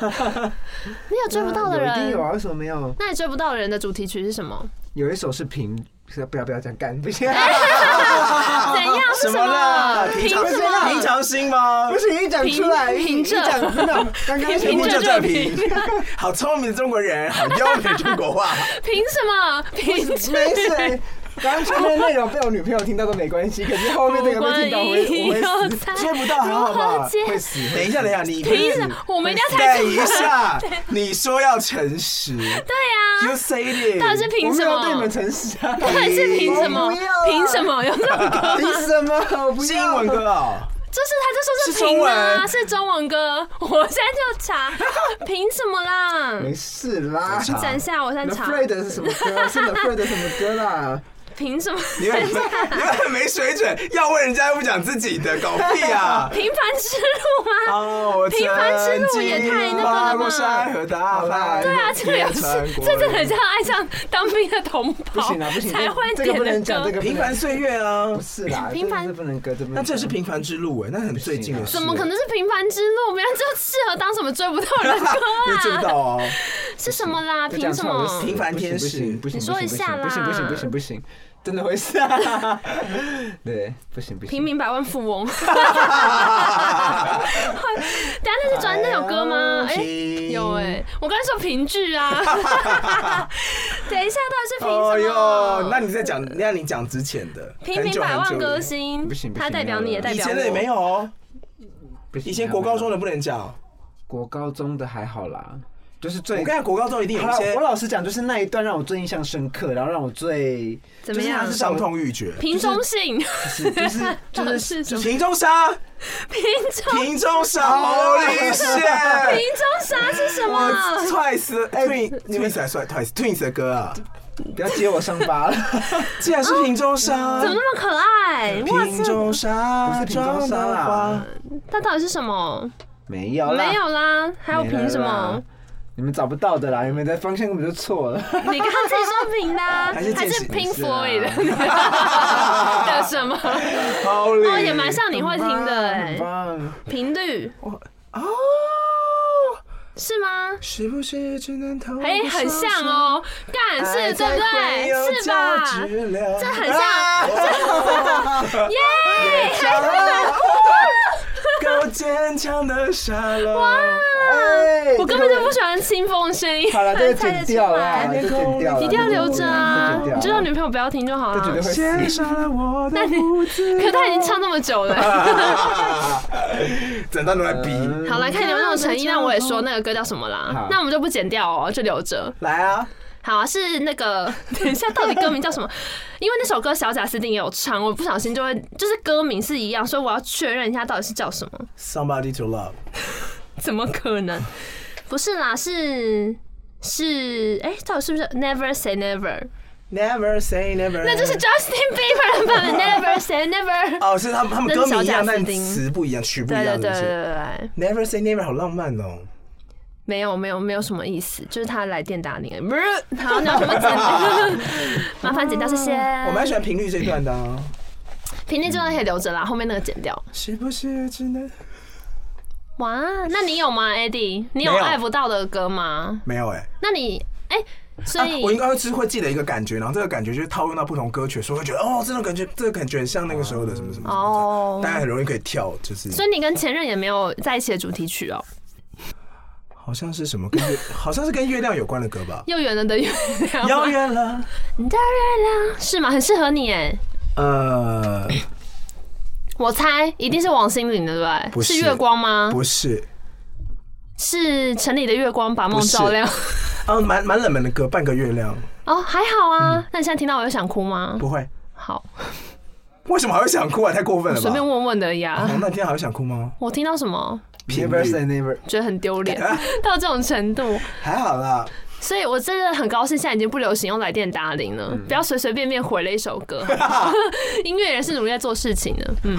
S3: 你有追不到的
S4: 有一定有
S3: 人。
S4: 啊，为什么没有？
S3: 那你追不到的人的主题曲是什么？
S4: 有一首是平是不要不要这样干，不行，
S3: 哎怎样？是
S2: 啊么啦？平
S3: 凭
S2: 常
S3: 什么？
S2: 平常心吗
S4: 不？行，一讲出来，一
S3: 凭
S4: 一
S3: 着
S4: 讲真的，刚刚
S3: 凭着
S2: 就
S3: 这
S2: 这
S3: 平
S2: 平，好聪明的中国人，好优美的中国话。
S3: 凭什么？凭
S4: 没事。刚刚前面的内容被我女朋友听到都没 关系，可是后面这个被听到我会我会死，
S2: 接不到还好吧
S4: 会死。
S2: 等一下，等一下，你
S3: 凭什么？我们一定要猜
S2: 等
S3: 出
S2: 一下，你说要诚实
S3: 对呀、啊
S2: ，You say it，
S3: 到底是凭什
S4: 我没有对你们
S3: 么？
S4: 诚实啊！
S3: 到底是凭什
S4: 我
S3: 么
S4: 不要啊？
S3: 凭什么？有 这种歌吗？
S4: 凭什么？我不
S2: 是
S4: 要
S2: 英文歌哦。
S3: 就是他就说
S2: 是
S3: 是
S2: 中
S3: 凭啊，
S2: 文
S3: 是中文歌。我现在就查， 凭什么啦？
S4: 没事啦。
S2: 查
S3: 等一下，我先
S4: The
S3: 查。
S4: Fred 是什么歌？是 The Fred 什么歌 啦？
S3: 凭什么？
S2: 你们你们很没水准，要问人家又不讲自己的，搞屁啊！
S3: 平凡之 路吗？
S2: 哦，
S3: 平凡之路也太那个了吧
S2: 跨过山和大海，
S3: 对啊，这个游戏，这真的很像爱上当兵的同
S4: 不
S3: 袍
S4: 行啊啦，不行，
S3: 才会
S4: 这个
S3: 点
S4: 不能
S3: 的
S4: 讲，这
S3: 歌。
S4: 个
S2: 平凡岁月啊
S4: 不，是啦，
S3: 平凡
S4: 这不能歌，这不能
S2: 那
S4: 歌。
S2: 这是平凡之路哎，那很最近的事。
S3: 怎么可能是平凡之路？别人就适合当什么追不到人的
S2: 又
S3: 歌
S2: 做不
S3: 啊？
S2: 到哦？
S3: 是什么啦？
S4: 这样
S3: 凭什
S4: 出来我就死
S3: 么
S2: 平？凡天使
S4: 不行，不行
S3: 你说一下啦
S4: 不行不行不行不行，真的会是啊。 对，不行不行。
S3: 平民百万富 翁。等下那是转那首歌吗？
S2: 哦
S3: 哎、有哎、我刚才说评 剧啊。等一下，到
S2: 哦
S3: 底是凭什么？
S2: 哟，那你在讲，那你讲之前的，
S3: 平民
S2: 很久
S3: 百万
S2: 很久
S3: 歌
S2: 的
S3: 星
S4: 不行，不行
S3: 他代表你也代
S2: 以
S3: 表
S2: 前的也没
S3: 我。
S2: 有哦，
S4: 不行
S2: 以前国高中的不能讲。
S4: 国高中的还好啦，就是
S2: 我
S4: 最
S2: 跟。你讲，国高中一定有
S4: 好
S2: 一
S4: 啦
S2: 些
S4: 我老实讲，就是那一段让我最印象深刻，然后让我最
S3: 怎么样
S4: 就是
S2: 伤 痛欲绝。
S3: 平中性，
S4: 就是就是
S3: 到
S4: 就
S3: 底
S4: 是
S3: 是什么？
S2: 瓶中沙，
S3: 平中
S2: 瓶中沙，魔 力
S3: 平
S2: 线。
S3: 中啥是什
S2: 我
S3: 么？
S2: Twice 哎 Twin Twins 还算 Twice Twins 的歌啊，
S4: 不要揭我伤疤了，
S2: 竟然是瓶中沙
S3: 哦怎，么那么可爱？哇
S2: 瓶
S3: 塞，
S2: 中沙，
S4: 不是瓶中沙啦，
S3: 它到底是什么？
S4: 没有啦
S3: 没有啦，还有凭什？么
S4: 没了啦？你们找不到的啦，你们的方向根本就错了。
S3: 你看自己说平的啊，
S2: 还是
S3: 还
S2: 见
S3: 是
S2: 识
S3: Pink
S4: 是啊
S3: Floyd 的的什么？
S2: 好嘞，
S3: 哦，也蛮像你会听的哎
S4: 很，棒，
S3: 频率
S2: 哦，
S3: 哦是吗？
S2: 是不是只能透过
S3: 哎，很像哦，干
S2: 哎
S3: 是，对不对？是吧？
S2: 吧？这
S3: 很像，耶！
S2: 够坚强的沙漏，
S4: 哎
S3: 我根本就不喜欢清风的声音，
S4: 好了，这个剪掉啦，
S3: 猜得出来
S4: 这个剪掉啦，
S3: 一定要留着啊！
S4: 这个
S3: 你就
S4: 剪掉
S3: 让
S4: 啦
S3: 女朋友不要听就好
S4: 哎这绝对
S3: 了。
S4: 会
S2: 献
S4: 死。
S2: 上了我的
S3: 那你
S2: 胡子。
S3: 可他已经唱那么久了，
S2: 整段都在逼。
S3: 好来看你有没有诚意，让我也说那个歌叫什么啦
S4: 好。
S3: 那我们就不剪掉哦，就留着。
S2: 来啊，
S3: 好、啊，是那 个，等一下，到底歌名叫什么？因为那首歌小贾斯汀也有唱，我不小心就会，就是歌名是一样，所以我要确认一下到底是叫什么？
S2: Somebody to love，
S3: 怎么可能？不是啦，是是，哎、到底是不是 Never Say Never？
S2: Never say never，
S3: 那就是 Justin Bieber 的版 本 Never Say Never。
S2: 哦，是他们他们歌名一样，
S3: 那是小贾
S2: 但
S3: 斯汀
S2: 词不一样，曲不一
S3: 对对
S2: 样，
S3: 对
S2: 是
S3: 对
S2: 不是
S3: 对对，
S2: ？Never say never，好浪漫哦。
S3: 没有没有没有什么意思，就是他来电打你，不是， 好，那我们剪， 麻烦剪掉，谢谢。
S2: 我蛮喜欢频率这段的啊。
S3: 频率这段可以留着啦，后面那个剪掉。
S2: 是不是只能
S3: 哇，那你有吗，Eddie？你有
S2: 没有
S3: 爱不到的歌吗？
S2: 没有哎？
S3: 那你哎、所
S2: 啊
S3: 以、
S2: 我应该会是会记得一个感觉，然后这个感觉就是套用到不同歌曲，所以会觉得哦，这种感觉，这个感觉很像那个时候的什么什么什么，
S3: 哦，
S2: 大家很容易可以跳，就是
S3: 所以你跟前任也没有在一起的主题曲哦，
S2: 好像是什么跟月，好像是跟月亮有关的歌吧。
S3: 又圆了的月亮，
S2: 遥远了，
S3: 你的月亮是吗？很适合你哎，
S2: 呃，
S3: 我猜一定是王心凌的对不对？
S2: 不是
S3: 月光吗？
S2: 不是，
S3: 是城里的月光把梦照亮。
S2: 啊，蛮蛮冷门的歌，半个月亮
S3: 哦，还好啊。那你现在听到我又想哭吗？
S2: 嗯不会。
S3: 好，
S2: 为什么还会 想哭啊？太过分了吧
S3: 随！便问问的呀
S2: 哦。那天还会想哭吗？
S3: 我听到什么，
S2: 频
S4: Never say
S2: 率
S4: never，
S3: 觉得很 丢脸，到这种程度。
S2: 还好啦，
S3: 所以我真的很高兴，现在已经不流行用来电打铃了，
S2: 嗯
S3: 不要随随便便毁了一首 歌。音乐人是努力在做事情的，嗯，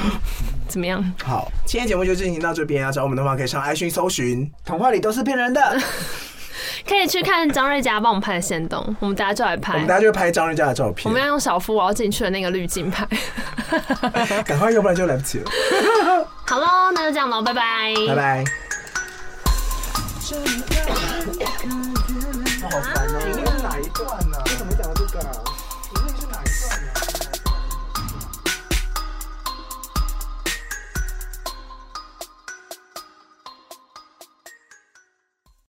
S3: 怎么样？
S2: 好，今天节目就进行到这边啊。找我们的话，可以上 i 讯搜寻。
S4: 童话里都是骗人的。
S3: 可以去看张瑞佳帮我们拍的线动，我们大家就来拍
S2: 我。们大家就会拍张瑞佳的照片
S3: 我们，要用小夫我要进去的那个滤 镜拍。
S2: 赶快，要不然就来不及了。
S3: 好喽，那就这样喽，拜拜。
S2: 拜拜。
S4: 啊好烦哦！里面是哪一段呢？为什么会讲到这个啊？啊